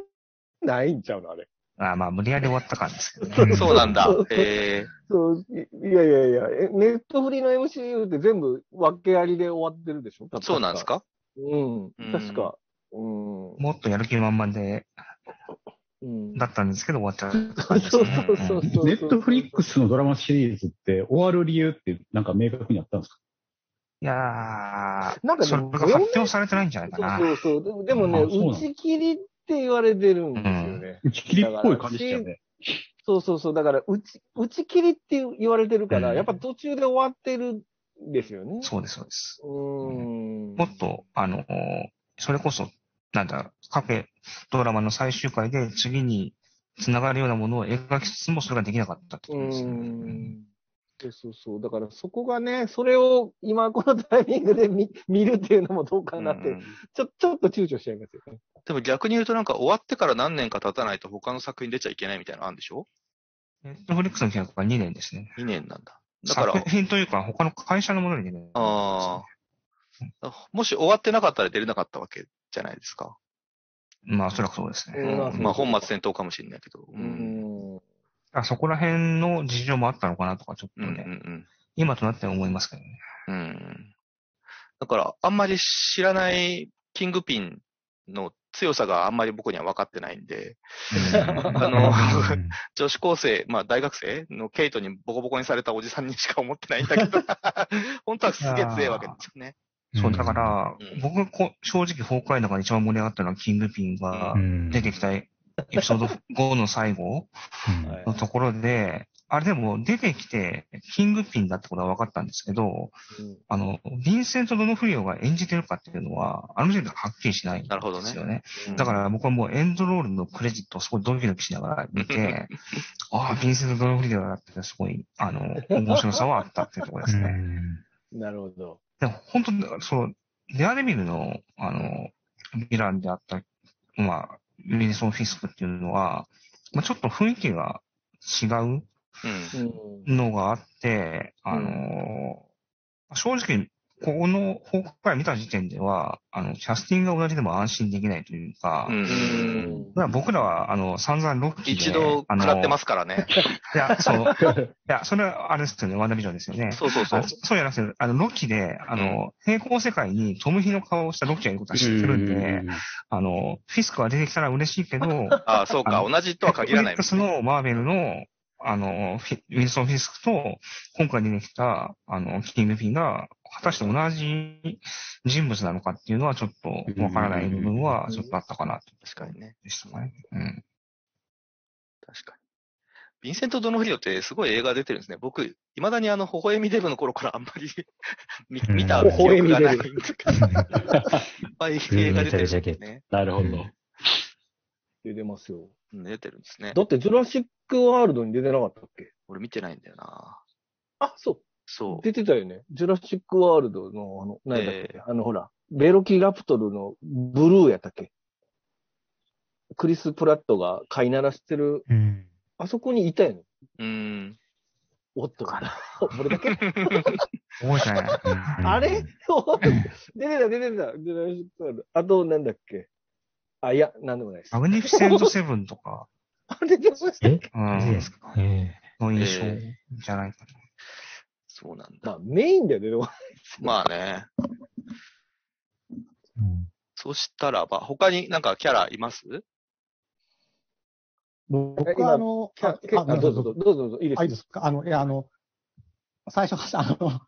ないんちゃうの、あれ。
あまあ、無理やり終わった感じですけどね。
そうなんだ
そうそう。
え
そう、いいやいやいや、えネットフリの MCU って全部分けありで終わってるでしょ
ー、 そうなんですか
うん
うん。
確か。うん。
もっとやる気満々で、
うん
だったんですけど、終わっちゃう。
そうそうそうそう。
う
そう
ネットフリックスのドラマシリーズって終わる理由ってなんか明確にあったんですか
いやー、
なんかね
それが発表されてないんじゃないかな。
そうそうそう。でもね、
あそうなの
打ち切りって言われてるんですよね。
打ち切りっぽい感じでしたよね。
そうそうそう。だから、打ち、打ち切りって言われてるから、
うん
やっぱ途中で終わってるんですよね。
そうです、そうです。
うーん。
もっと、あのー、それこそ、なんだ、各ドラマの最終回で次に繋がるようなものを描きつつもそれができなかったって
う
ことですよね。
ーん。そうそうそう。だからそこがね、それを今このタイミングで見見るっていうのもどうかなって、
うん
ちょ、ちょっと躊躇しちゃいますよね。
でも逆に言うとなんか終わってから何年か経たないと他の作品出ちゃいけないみたいなのあるんでしょ
ネットフリックスの契約が2年ですね。
2年なんだ。だから
作、品というか、他の会社のものに出る。
ああ。もし終わってなかったら出れなかったわけじゃないですか。
まあ、おそらくそうですね。
うんまあそう
まあ、本末転倒かもしれないけど。う。
うんん。
あそこら辺の事情もあったのかなとか、ちょっ
うん
と
う
ね、
ん
今となっては思いますけどね。
うん。うん。だから、あんまり知らないキングピンの強さがあんまり僕には分かってないん で、 あの、女子高生、まあ大学生のケイトにボコボコにされたおじさんにしか思ってないんだけど、 本当はすげえ強いわけですよね。
そう、だから、
うん
僕がこう正直、崩壊の中で一番盛り上がったのは、キングピンが
ら、うん
出てきたエピソード5の最後
うん
はい
のところで、あれでも出てきて、キングピンだってことは分かったんですけど、
うん
あの、ヴィンセント・ドノフリオが演じてるかっていうのは、あの時点ではっきりしないん
なるほどね
ですよね。だから僕はもうエンドロールのクレジットをすごいドキドキしながら見て、ああ、ヴィンセント・ドノフリオだってすごい、あの、面白さはあったっていうところですね。
なるほど。
でも本当に、だからその、デアデビルの、あの、ヴィランであった、まあ、ウィルソン・フィスクっていうのは、まあ、ちょっと雰囲気が違う
うん。
うん
のがあって、あの、正直、ここの報告会見た時点では、あの、キャスティングが同じでも安心できないというか、
うん
うん
まあ僕らは、あの、散々ロッキーで。。
一度食らってますすからね。
いや、そう。 いや、それはあれですよね、ワンダービジョンですよね。
そうそうそう
あ。そそうじゃなくて、あの、ロキで、あの、平行世界にトムヒの顔をしたロキがいることは知ってるんで、あの、フィスクが出てきたら嬉しいけど、
ああ、そうか。
あ
同じとは限らない
フィック。スのマーベルの、あの、フィウィルソン・フィスクと、今回出てきた、あの、キングピンが、果たして同じ人物なのかっていうのはちょっとわからない部分はちょっとあったかなと
確かにね。
でしたね。うん。
確かに。ヴィンセント・ドノフリオってすごい映画出てるんですね。僕、未だにあの、微笑みデブの頃からあんまり 見
うん
見た記憶がない。い
微笑み
っぱい映画出てるんですね。
なるほど。
出てますよ。
うん出てるんですね
だ。って、ジュラシックワールドに出てなかったっけ
俺見てないんだよな。
あ、そう。
そう。
出てたよね。ジュラシックワールドの、あの、何だっけ、
え
あの、ほら、ベロキラプトルのブルーやったっけクリス・プラットが飼いならしてる、
うん
あそこにいたよね。
うん。
おっと。俺だけ
覚えてない。
あれ出てた、出てた。ジュラシックワールド。あと、なんだっけあ、いや、なんでもないです。
マグニフィセント・セブンとか、
あ出てました
う
マジで
ん
す、かえ
の印象
え
じゃないかな。
そうなんだ。
まあ、メインで出てこない
まあね。
えうん
そしたらば、他になんかキャラいます
僕
今
はあの、
キャキャ
あ
あどうぞどうぞ、どうぞどうぞ、いいです
あ、いい
よ
ですかあの、いや、あの、最初、 あの、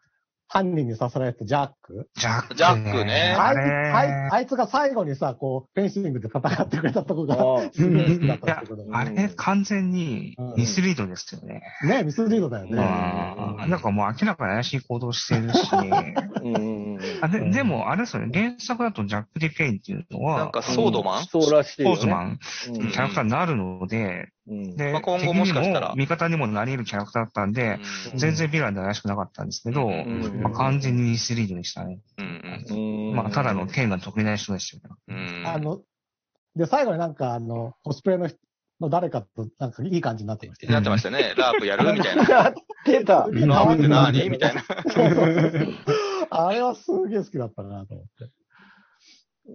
犯人に刺されたジャック。
ジャックね。
ジャックね
あ
あ
いつ、
れ
あいあいつが最後にさ、こう、フェンシングで戦ってくれたとこ が、
ああ
すごい好きだっ
い
た
や
ってこと、
あれ完全にミスリードですよね。
ね、ミスリードだよ
うん
ね。
なんかもう明らかに怪しい行動してる し。
うんうんうん。
あででも、あれですよね。原作だとジャック・ディ・ペインっていうのは、
なんかソードマン
そうらしい
ス
よ
ポー
ね。
ツマン、
う
キ
ん
ャラクターになるので、
うん
で、
まあ今後もしかしたら
敵にも味方にもなり得るキャラクターだったんで、
うん
全然ヴィランで怪しくなかったんですけど、
ん
まあ、完全にミスリードでしたね。
うん
うん
まあ、ただの剣が得意な人ですよね。
うん。うん
あの、で、最後になんか、あの、コスプレの人の誰かと、なんかいい感じになってましたよ。
なってましたね。ラープやるみたいな。
やってた。
ラープって何みたい
な。
な。
あれはすげえ好きだったなと思 って。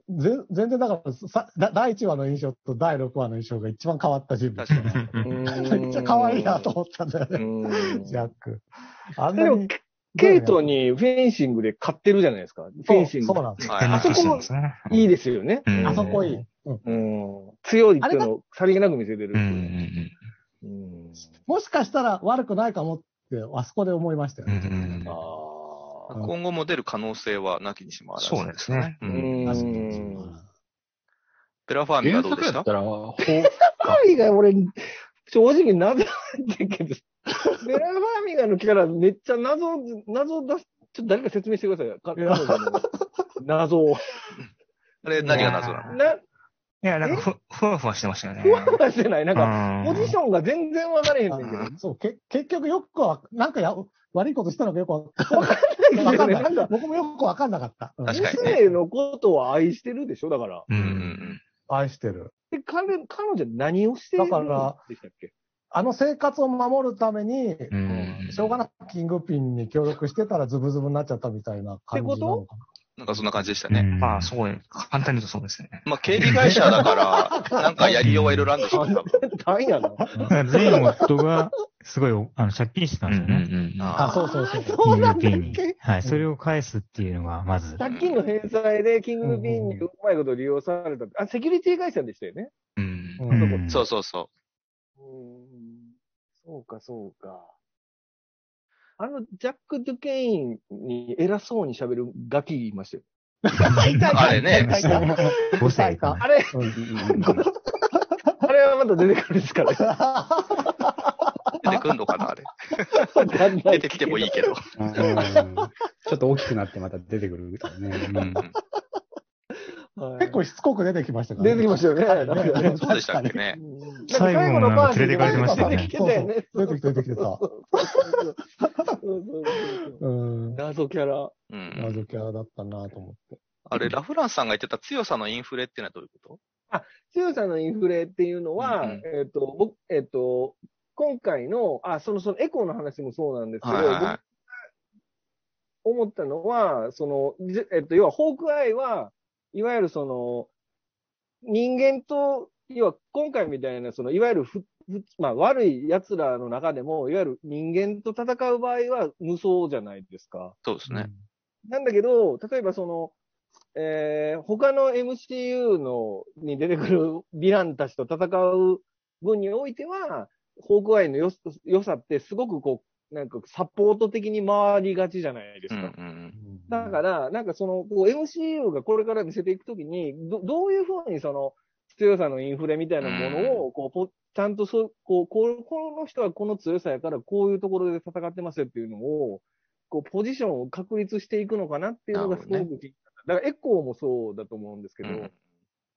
ぜ全然だからさだ、第1話の印象と第6話の印象が一番変わった人物。
確か
に
めっちゃ可愛いなと思ったんだよね、
うん
ジャック。あん
で
な
も
に。、
ケイトにフェンシングで買ってるじゃないですか。フ
そ
ェ
う、
ンシン
そう
グ。
なんですよ。
はい
手抜
はい
きしてますね。
いいですよね。
うん
あそこいい。うん
うん。強いっていうのをさりげなく見せてる
うんうんうん
うん。
もしかしたら悪くないかもって、あそこで思いましたよ
うん
ね。
うんうん
ああ。
今後も出る可能性はなきにしもあらず。
そうですね。
う。
うんん。
確かに
ペラファーミは
原
どうで
作
し
や
た
った ら、ほ
ラーミが俺、正直謎なんだけど、ベラバーミガのキャラめっちゃ謎、謎出す、ちょっと誰か説明してくださいよ。か彼女の謎を。
あれ何が謎なの
な、
いや、なんかふ、ふわふわしてましたよね。
ふわふわしてない。なんか、
か
ポジションが全然分かれへん
あ
ねんけど。
のそう、け結局よくは、なんかや悪いことしたのかよくわ
な
わ
ん
か
か
ん
ね、
な
なん
い
か。、
僕もよくわかんなかった。うん
確かにね
娘のことを愛してるでしょだから。
う
うんう
ん
ん
うん
愛してる。
で、彼、彼女何をしてる
だから
でしたっけ
あの生活を守るために、
うん
しょうがなくキングピンに協力してたらズブズブになっちゃったみたいな感じなのか
なんかそんな感じでした
う
ね。
ん
まあ、そうね、簡単に言うとそうですね。
まあ、警備会社だから、なんかやりようはいろいろあるんでしょうね、多分。
何やの
だから全夫がすごいあの借金してた
うんん
で
う
すよね。
んうん。
な。あ、そうそうそう。
キ
そう
ン
なん
グ
だ
ピ
っ
ーに
け。
はい。それを返すっていうのが、まず。
借金の返済でキングビーンにうまいこと利用された。あ、セキュリティ会社でしたよね。
うん
う
うんん
そうそうそう
ーんそうか、そうか。あの、ジャック・ドゥケインに偉そうに喋るガキいましたよ。
あれね
いたいたい た
5歳か
あれ、
うん
あれはまた出てくるんですから、ね。
う。出てくんのかな、あれ。
わかんない
出てきてもいいけど。
ちょっと大きくなってまた出てくるみたいなね。
うんうん
はい
結構しつこく出てきましたから
出てきましたよね。
ね
そうでしたっけね。
うん
最後のなんか連れてかれてましたよ
出
ね
てきてたよね。
出てきて、出てきてた。
そうそうそうそう
うん。
謎キャラ。
う
魔
ん、
女キャラだったなと思って。
あれ、ラフランスさんが言ってた強さのインフレってのはどういうこ
強さのインフレっていうのは、
うんうん
えっ、と、僕、えっ、と、今回の、あ、その、そのエコーの話もそうなんです
と
けど、
はいはいはい。
僕思ったのは、その、じえっ、と、要は、ホークアイは、いわゆるその、人間と、要は、今回みたいな、その、いわゆるふ、ふまあ、悪い奴らの中でも、いわゆる人間と戦う場合は無双じゃないですか。
そうですね。
なんだけど、例えばその、えー、他の MCU のに出てくるヴィランたちと戦う分においては、ホークアイのよ良さってすごくこう、なんかサポート的に回りがちじゃないです
うんう
か。
ん
だから、なんかその、こう MCU がこれから見せていくときに、ど、どういうふうにその、強さのインフレみたいなものを、こう、ぽちゃんとそう、こう、こうこの人はこの強さやから、こういうところで戦ってますよっていうのを、こう、ポジションを確立していくのかなっていうのがすごく気
な
に
る
なった。だから、エコーもそうだと思うんですけ
う
ど、
んうん。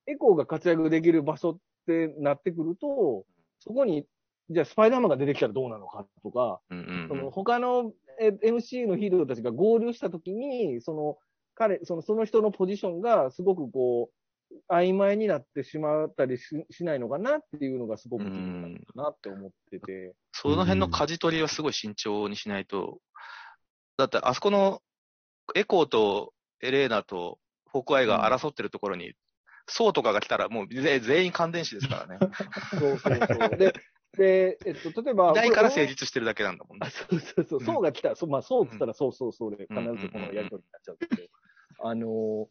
エコーが活躍できる場所ってなってくると、そこに、じゃあスパイダーマンが出てきたらどうなのかとか、
うんうん
そ
うん
の他のえ MC のヒーローたちが合流したときに、その彼、そのその人のポジションがすごくこう、曖昧になってしまったりししないのかなっていうのがすごく気になったなって思ってて。
その辺の舵取りはすごい慎重にしないと、だってあそこのエコーとエレーナとホークアイが争ってるところに、ソウとかが来たらもうぜ全員感電死ですから ね。
そうそうそう。で、でえっと、例えば。
いないから
これ
成立してるだけなんだもん
あ
ね。
そうそうそう、
うん
そうが来たら、そうまあ、そうっつったら、そうそうそうで、
う
必
んうんうん
ずこのやりとりになっちゃうけど、あのー、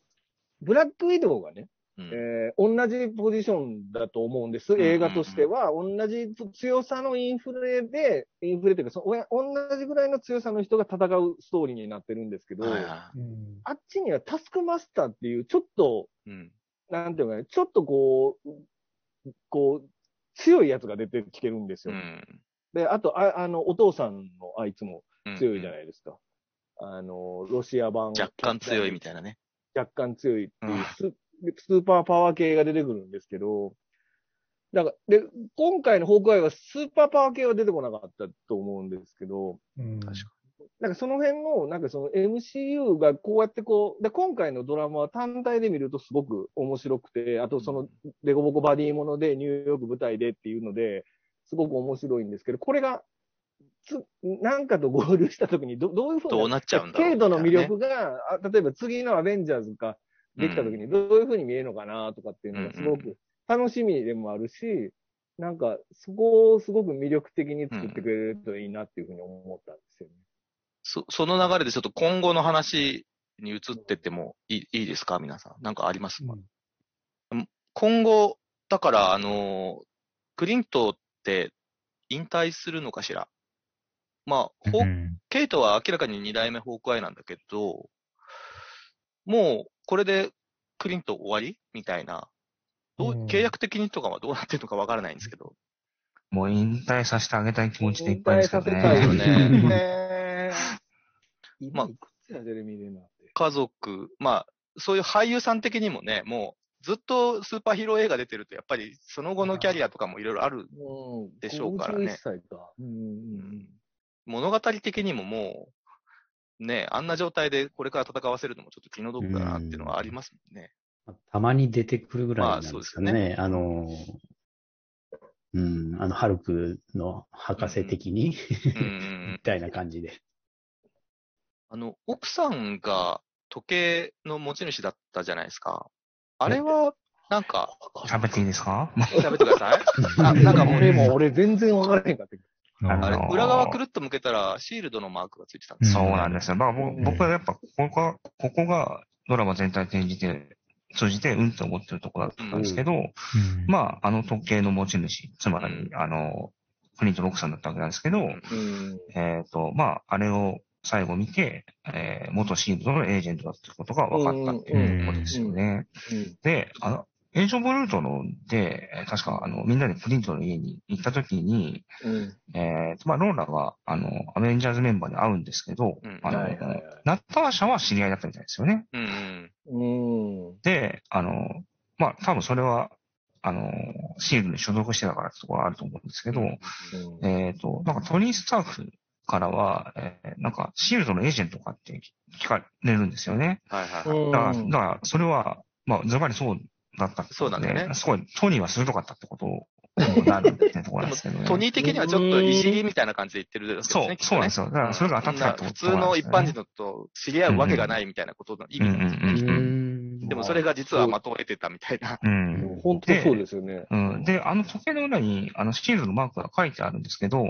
ブラックウィドウがね、
うん
えー同じポジションだと思うんです、
んうんうん
映画としては、同じ強さのインフレで、インフレというか、そおや同じぐらいの強さの人が戦うストーリーになってるんですけど、
はいは
うん。
あっちにはタスクマスターっていう、ちょっと、
いうん
なんていうかね、ちょっとこう、こう、強いやつが出てきてるんです
う
よ。
ん
で、あと、ああの、お父さんのあいつも、
うん
強いじゃないですか。あの、ロシア版。
若干強いみたいなね。
若干強いっていうス、スーパーパワー系が出てくるんですけど、だから、で、今回のホークアイはスーパーパワー系は出てこなかったと思うんですけど、
確
なんかその辺の、なんかその MCU がこうやってこう、で、今回のドラマは単体で見るとすごく面白くて、あとその、デコボコバディもので、ニューヨーク舞台でっていうので、すごく面白いんですけど、これが、つ、なんかと合流したときにど、どういうふう
どうなっちゃうんだろう
程度の魅力が、あ例えば次のアベンジャーズができたときにどういうふうに見えるのかなとかっていうのがすご
うんう
く楽しみでもあるし、なんかそこをすごく魅力的に作ってくれるといいなっていうふうに思ったんですよね。
そその流れでちょっと今後の話に移ってってもいいいいですか皆さん。なんかありますか、うん今後、だから、あのークリントって引退するのかしらまあ、ホ
う
ー
ん
ケイトは明らかに二代目ホークアイなんだけど、もうこれでクリント終わりみたいな。どう
うん
契約的にとかはどうなってるのかわからないんですけど。
もう引退させてあげたい気持ちでいっぱいですけど
引退させたいよ
ね。
ね
ねえ。
ま
今
あ
いくつや、ジェレミー・レナーって。
家族、まあ、そういう俳優さん的にもね、もうずっとスーパーヒーロー映画出てると、やっぱりその後のキャリアとかもいろいろある。
うん
でしょうからね
51歳か。うんうん
物語的にももう、ね、あんな状態でこれから戦わせるのもちょっと気の毒だなっていうのはありますもんね。
たまに出てくるぐらいなんですかね。
まあそう
あの、うん、あの、ハルクの博士的に、
うん
みたいな感じで。
あの、奥さんが時計の持ち主だったじゃないですか。あれは、なんか、
食べていいですか
調べてくだ さい。あなんかもう、
俺も俺全然わからへんかったけ
あ
あ
の
れ、裏側くるっと向けたら、シールドのマークがついてたんですよ。
そうなんですよ。まあ、ぼ僕はやっぱ、ここが、ここがドラマ全体通じて、通じて、うんと思ってるところだったんですけど、
うん
まあ、あの時計の持ち主、つまり、あの、クリント・ロックさんだったわけなんですけど、
ん
ど。うん。
えっ、と、まあ、あれを最後見て、えー元シールドのエージェントだってことが分かったっていうところですよね。で、あの、エイジョブルートので、えー確か、あの、みんなでクリントの家に行った時に、
うん。
えーと、まあ、ローラが、あの、アベンジャーズメンバーに会うんですけど、
うん
あの、
はいはいはい
ナターシャは知り合いだったみたいですよね。
うんうん。
うん。うん。
で、あの、まあ、多分それは、あの、シールドに所属してたからってところはあると思うんですけど、えっ、と、なんかトニー・スタークからは、えーなんかシールドのエージェントかって聞かれるんですよね。
はいはいはい。
だから、だからそれは、まあ、ズバリそうだったってこと
そうなんだよね
すごい、トニーは鋭かったってこと になるってところなんですけどね。
トニー的にはちょっといじりみたいな感じで言ってるんですけ
そ
ど
う
ね、。
そうなんですすよ。だから、それが当たってたってことな
普
んです
通
よね
の一般人のと知り合うわけがないみたいなことの意味なんですよね。
うんうんうん
でもそれが実はまとえてたみたいな。
うん。
本当そうですよね。
うん、で、あの時計の裏に、あの、シールドのマークが書いてあるんですけど、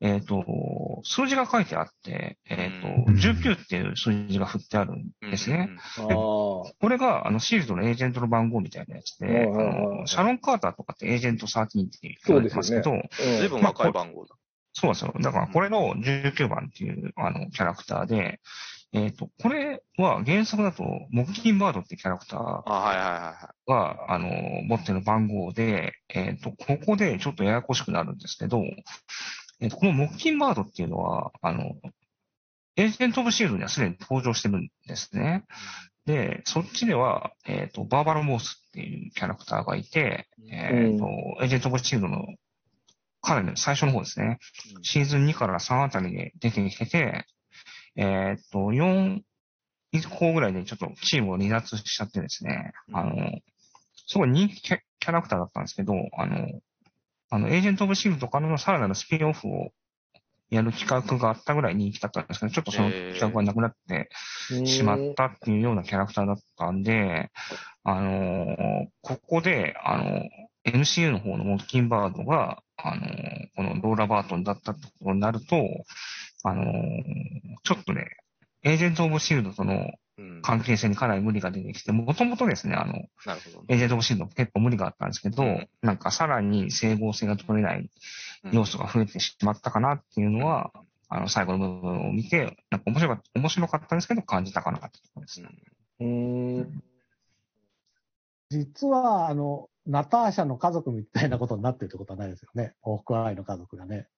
えっ、と、数字が書いてあって、えっ、
うん
と、19っていう数字が振ってあるんですね。
ああ。
これが、あの、シールドのエージェントの番号みたいなやつで、
はいはいはい
あのシャロン・カーターとかってエージェント13って言われてますけど、
そ
そう,、
うん。 随分若い番号だ。
なんですよ。だから、これの19番っていう、あの、キャラクターで、えっ、と、これは原作だと、モッキンバードってキャラクター
あ、はいはいはいは
が、あの、持ってる番号で、えっ、と、ここでちょっとややこしくなるんですけど、えーとこのモッキンバードっていうのは、あの、エージェント・オブ・シールドにはすでに登場してるんですね。で、そっちでは、えっ、と、バーバラ・モースっていうキャラクターがいて、えっ、と、エージェント・オブ・シールドのかなりの最初の方ですね。シーズン2から3あたりで出てきてて、えっ、と、4以降ぐらいでちょっとチームを離脱しちゃってですね、あの、すごい人気キャキャラクターだったんですけど、あの、あの、エージェント・オブ・シールドからのさらなるスピンオフをやる企画があったぐらい人気だったんですけど、ちょっとその企画がなくなってしまったっていうようなキャラクターだったんで、あのここで、あの MCU の方のモッキンバードが、あのこのローラ・バートンだったってことになると、あのちょっとね、エージェント・オブ・シールドとの
い。うん。
関係性にかなり無理が出てきて、もともとですね、あの、
なるほどね。
エージェント・オブ・シールドも結構無理があったんですけど、なんかさらに整合性が取れない要素が増えてしまったかなっていうのは、あの、最後の部分を見て、なんか面白かった、面白かったんですけど、感じたかなってところですね。
うん。
実は、あの、ナターシャの家族みたいなことになってるってことはないですよね。オークアイの家族がね。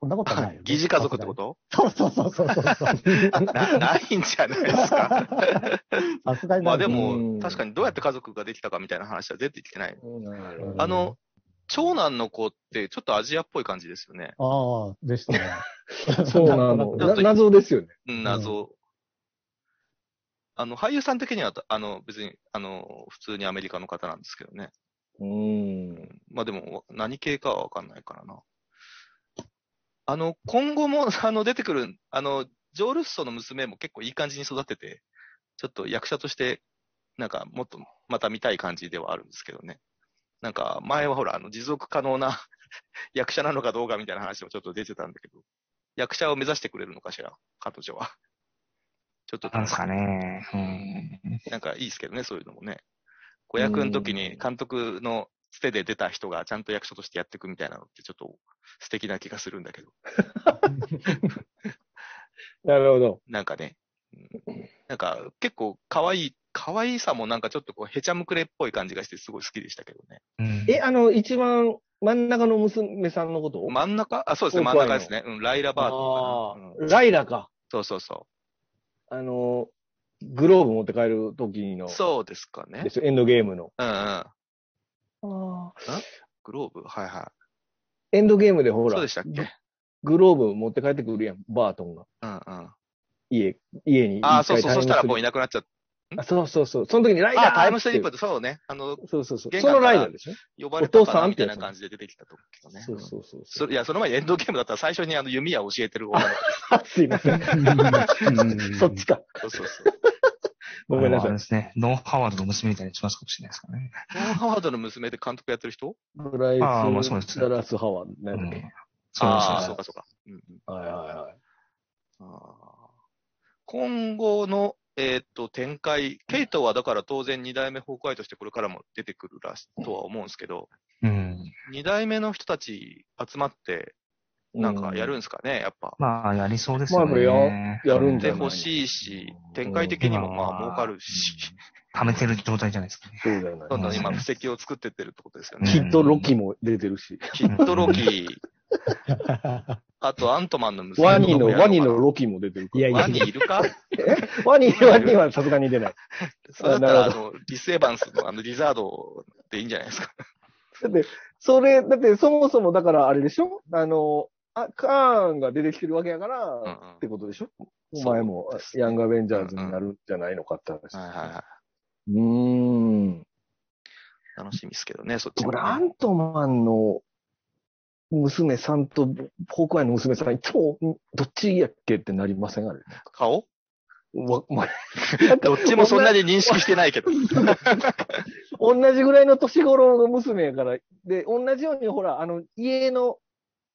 こんなことはないよね。
疑似家族って こと
そうそうそうそうそうそう。
なないんじゃないです か。
さすがに
ま
な
あ
い
で
う
も、
ん
確かにどうやって家族ができたかみたいな話は出てきてない。
な るほ
うん
あの、長男の子ってちょっとアジアっぽい感じですよね。
ああ、でしたね。
どそうなの。
ちょっ
な
と
謎ですよね。
うん謎。あの、俳優さん的には、あの、別に、あの、普通にアメリカの方なんですけどね。
うん。
まあでも、何系かはわかんないからな。あの、今後も、あの、出てくる、あの、ジョー・ルッソの娘も結構いい感じに育ってて、ちょっと役者として、なんか、もっと、また見たい感じではあるんですけどね。なんか、前はほら、あの、持続可能な 役者なのかどうかみたいな話もちょっと出てたんだけど、役者を目指してくれるのかしら、彼女は。ちょっと、
なんですかね。うん。
なんかいいですけどね、そういうのもね。子役の時に監督のつてで出た人がちゃんと役所としてやっていくみたいなのってちょっと素敵な気がするんだけど。
なるほど。
なんかね。うんなんか結構可愛い、可愛さもなんかちょっとこうへちゃむくれっぽい感じがしてすごい好きでしたけどね。
うん
え、あの、一番真ん中の娘さんのこと
真ん中あ、そうですね、真ん
怖い
中ですね。うん、ライラ・バートンかな、うん
あーライラか。
そうそうそ
あの、グローブ持って帰る時の。
う。そうですかね
で。すよエンドゲームの。
うんうん。
あ
グローブはいは
エンドゲームでほ
い。
ら。
そうでしたっけ
グローブ持って帰ってくるやん、バートンが。
うんうん。
家、家に。
ああ、そうそう、そしたらも
ポ
ういなくなっちゃっ
あそうそうそう。その時にライダー
あ、タイムスリップ
プ
って、そうね。あの、
そうそうそう。
玄
そ
関
の
から
ライダーでしょ
呼ばれた
お
か
父さ
なんみたい
みた
ない
な
感じで出てきたと思うけどね。
そうそうそうそ。
そうれいや、その前にエンドゲームだったら最初にあの弓矢を教えてる女の 子
あすいません。そっちか。
そうそうそう。
ごめんな
あのあ
さい
れで。すね。ノンハワードの娘みたいにしますかもしれないですからね。
ロン・ハワードの娘で監督やってる人
ブライ
あーまあそうで
ス・
す
ダラス・ハワード
うん
ね。。
そう
あ
そ
あー、
う
そかそ
そうう。
うか。うんうん
はいはいはい。
あー今後の、えーっと、展開、ケイトはだから当然二代目ホークアイとしてこれからも出てくるらしとは思うんですけど、
うん。
二代目の人たち集まってなんかやるんですかね、やっぱ。
まあ、やりそうですよ
まあ
ね。
やるん
で
じゃない
欲しいし、展開的にもまあ儲かるし、
溜めてる状態じゃないですかね。
そうじゃな
どんどん
い。
今布石を作ってってるってことですよ
うん
ね。
きっとロキも出てるし。
きっとロキ、あとアントマンの娘
ワニの、
とかや
ワ
る
ニ
かな
のロキも出てるから。
いやいや
ワニいる か
ワニ、ワニはさすがに出ない。
そうだったら、あの、リス・エヴァンスのあの、リザードでいいんじゃないですか。
だって、それ、だってそもそもだからあれでしょあの、あ、カーンが出てきてるわけやから、
うんうん
ってことでしょ
そう
お前もヤングアベンジャーズになるんじゃないのかって話。
は
うーん。
い。楽しみですけどね、そっちも
僕、
ね
アントマンの娘さんと、ホークアイの娘さん、いつも、んどっちやっけってなりませんあれ。
顔
わ、まあ、
どっちもそんなに認識してないけど。
同じぐらいの年頃の娘やから、で、同じように、ほら、あの、家の、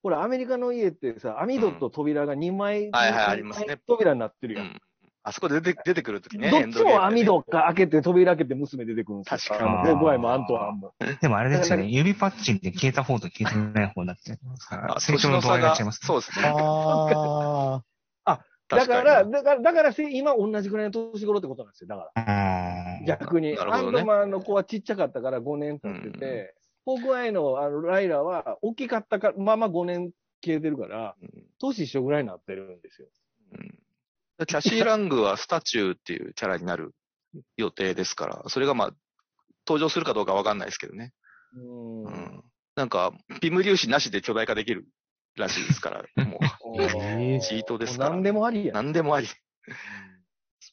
ほら、アメリカの家ってさ、網戸と扉が2枚、
はいはいありますね
二枚扉になってる
う
やん。
ん。あそこで出て出てくるときね。
ど
エン
っち
ドゲームでね
も網戸が開けて、扉開けて娘出てくるんですよ。
確
かに
あのホークアイもアントマンも。
でもあれですよね。指パッチンで消えた方と消えてない方になってますから、
あ
成
年
長の
の
度合
差
いが
が
違います。
そうですね。
ああ。
だ
確
か、
からに、
だから、だからせ、今同じぐらいの年頃ってことなんですよ。だから。
うーん。
逆に、
なる
ア
ほど
ン
ね
ドマンの子はちっちゃかったから5年経ってて、ホークアイのあのライラは大きかったからまあまあ5年消えてるから、年一緒ぐらいになってるんですよ。
うんキャシー・ラングはスタチューっていうキャラになる予定ですから、それがまあ、登場するかどうかわかんないですけどね。
うん
うんなんか、ピム粒子なしで巨大化できるらしいですから、もう、
え
チートですから
何でもありやん。
何でもあり。そ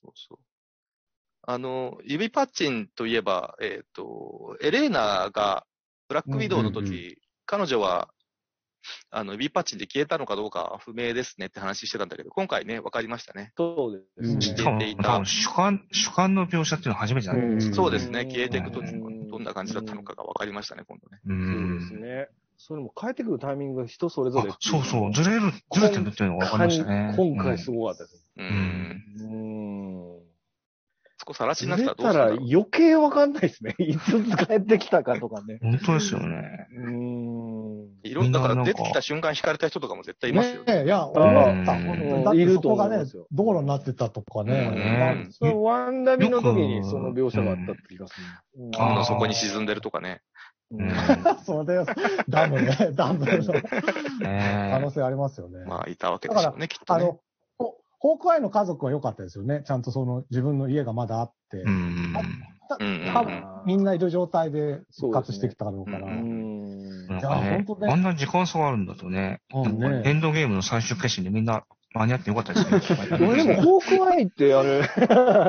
うそう。あの、指パッチンといえば、えっ、と、エレーナが、ブラックウィドウの時、
うんうん
彼女は、あの、指パッチンで消えたのかどうかは不明ですねって話してたんだけど、今回ね、わかりましたね。
そうで
し
すね。
かも、多分主観、主観の描写っていうのは初めてだね。
ん
そうですね、消えていくとき、
うん
どんな感じだったのかがわかりましたね、今度ね。
う
そうです
ん。
ね。それも変えてくるタイミングが人それぞれ
あ、そうそう。ずれる、ずれてるっていうのが分かりましたね。
今回すごかったです。
う。
うんん。
うん。
そこさらし
ず
になっ
れ
てた
た
らどうするんだ
ら
ろう
余計わかんないですね。いつ帰ってきたかとかね。
本当ですよね。
うん。
いろんだか
みん
ら
ななん
出
か
てきた瞬間惹かれた人とかも絶対いますよね。
ねえいや、
あ
思った。
うん
本当にだってそこが
いると思い
ね
ますよ、
道路になってたとかね。
ね
そのワンダミの時にその描写があったって気がする。うん
あ
ダムの底に沈んでるとかね。
うん。
それで、ダムね、ダムの可
ね
能性ありますよね。
まあ、いたわけでしょうね、きっと
あ
ね。
の、ホホークアイの家族は良かったですよね。ちゃんとその自分の家がまだあって
う、ん。
た
うんうんうん
多分みんないる状態で復活してきただろうか
そう
ら
で。す
う
ね
ん
なんかね
本当、ね
あんな時間差があるんだとね、
う
なん
ん
か
ね
エンドゲームの最終決心でみんな間に合ってよかった ですね。
でもでも、ホークアイってあれ、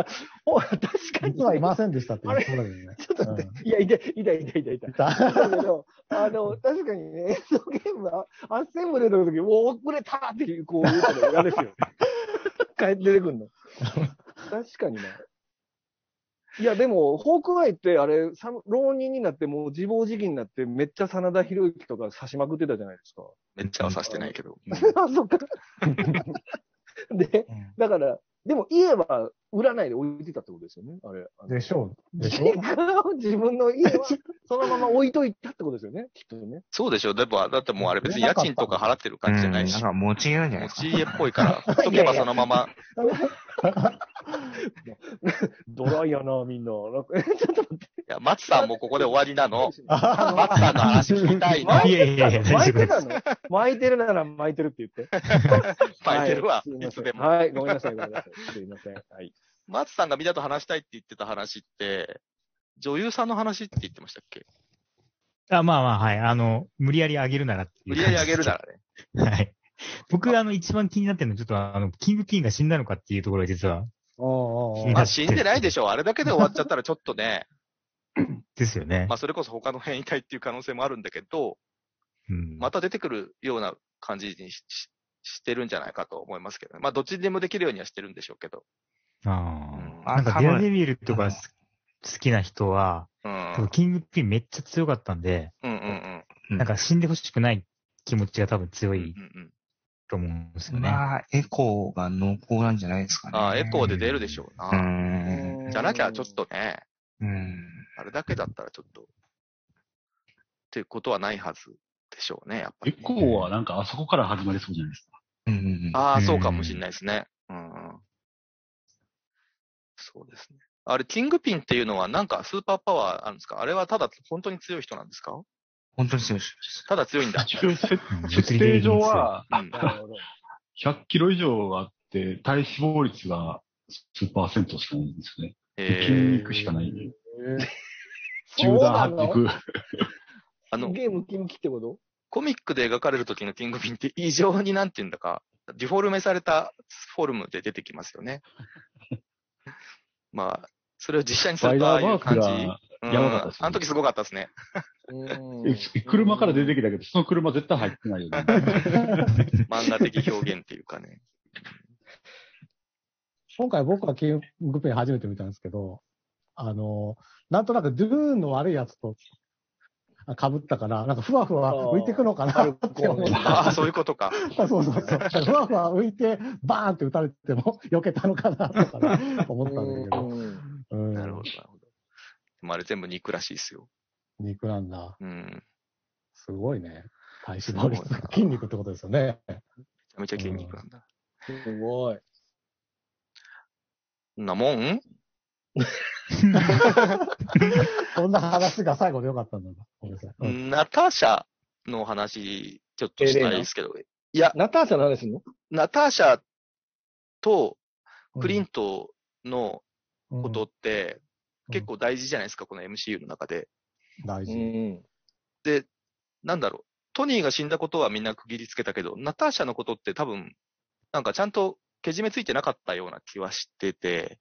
お確かに。
実はいませんでしたって言ってたけどね。
ちょっと待って、いや、いた、いた、いた、いた、いた。だけど、あの、確かにね、エンドゲームは、アッセンブルの時、もう遅れたっていう、こう言うたら嫌です よ。帰って出てくんの。確かにな。いや、でも、ホークアイって、あれ、さ浪人になって、もう自暴自棄になって、めっちゃ真田広之とか刺しまくってたじゃないですか。
めっちゃはさしてないけど。
あ、そっか。 で、だから、でも家は売らないで置いてたってことですよね、あれ。あ の
でしょう。でしょ
実家を自分の 家はそのまま置いといたってことですよね、きっとね。
そうでしょ。でも、だってもうあれ別に家賃とか払ってる
うん
感じじゃない
な
し
ん、か持ち家なんじゃない
持
ですか。
ち家っぽいから、ほっとけばそのまま。
ドライやな、みんな。なんかえちょっと待って。
いや、松さんもここで終わりな の。
あ
松さんの話聞きたいな。
いやいやいや、
巻
大丈
い
夫
て
で
た
す。
の巻いてるなら巻いてるって言って。
巻いてるわ、
はい
つでも。
はい、ごめんなさい、ごめんなさい。すいません。はい。
松さんがみんなと話したいって言ってた話って、女優さんの話って言ってましたっけ
あ、まあまあ、はい。あの、無理やり上げるならっていう
売り上げ上げ るならね。
はい。僕、あの、一番気になってるのは、ちょっと、あの、キングピンが死んだのかっていうところが実は、
あ
うん
あ
まあ死んでないでしょう。あれだけで終わっちゃったらちょっとね、
ですよね
ま。あそれこそ他の変異体っていう可能性もあるんだけど、
うん
また出てくるような感じにしししてるんじゃないかと思いますけどね。まあどっちでもできるようにはしてるんでしょうけど。う
あ
ん
あ。なんか
あ多
デ
分
アデビルとかす好きな人は、
うん。
多分キングピンめっちゃ強かったんで、
うんうんうん
なんか死んでほしくない気持ちが多分強
うん
い
うんうん。
と思うんですよね。
まあ、エコーが濃厚なんじゃないですかね。
ああ、エコーで出るでしょう
う
な。
ん。
じゃなきゃちょっとね、
うん。
あれだけだったらちょっと、っていうことはないはずでしょうね、やっぱり
結
ね、
構はなんかあそこから始まりそうじゃないですか。
うん。
ああ、そうかもしれないですね。うん。そうですね。あれ、キングピンっていうのはなんかスーパーパワーあるんですかあれはただ本当に強い人なんですか
本当に強いです。
ただ強いんだ。
一応設
うん
設定上、は
うん
なるほど。
100キロ以上あって、体脂肪率が数パーセントしかないんですよね。
え
筋
ー、
肉しかない。
えー
中断張ってい
そう
く。
あの、
ゲームキムキってこと
コミックで描かれる時のキングピンって異常になんていうんだか、ディフォルメされたフォルムで出てきますよ ね。まあ、それを実写にす
スパ
る
イ
とあ
ダ
あい
ーバ
う
ーク
感じ。う
が、
ん
やばかったですね
あの時すごかったですね。
え車から出てきたけど、その車絶対入ってないよね。
漫画的表現っていうかね。
今回僕はキングペン初めて見たんですけど、あの、なんとなくドゥーンの悪いやつと被ったから、なんかふわふわ浮いてくのかなって思った。
ああ、そういうことか。
そうそうそう。ふわふわ浮いて、バーンって撃たれても、 避けたのかなとかね、思ったんだけど。うん
なるほど、なるほど。でもあれ全部肉らしいですよ。
肉なんだ。
うん。め
すごいね。体脂肪率、筋肉ってことですよね。
ちゃめちゃ筋肉なんだ。
すごい。
そんなもん
そんな話が最後でよかったんだな。ごめんなさい。うん
ナターシャの話、ちょっとしたいですけど。いや、
ナターシャの話すんの
ナターシャとクリントの
うん
ことって
うん
結構大事じゃないですか、この MCU の中で。
大
う
事。
ん。
で、なんだろう。トニーが死んだことはみんな区切りつけたけど、ナターシャのことって多分、なんかちゃんとけじめついてなかったような気はしてて。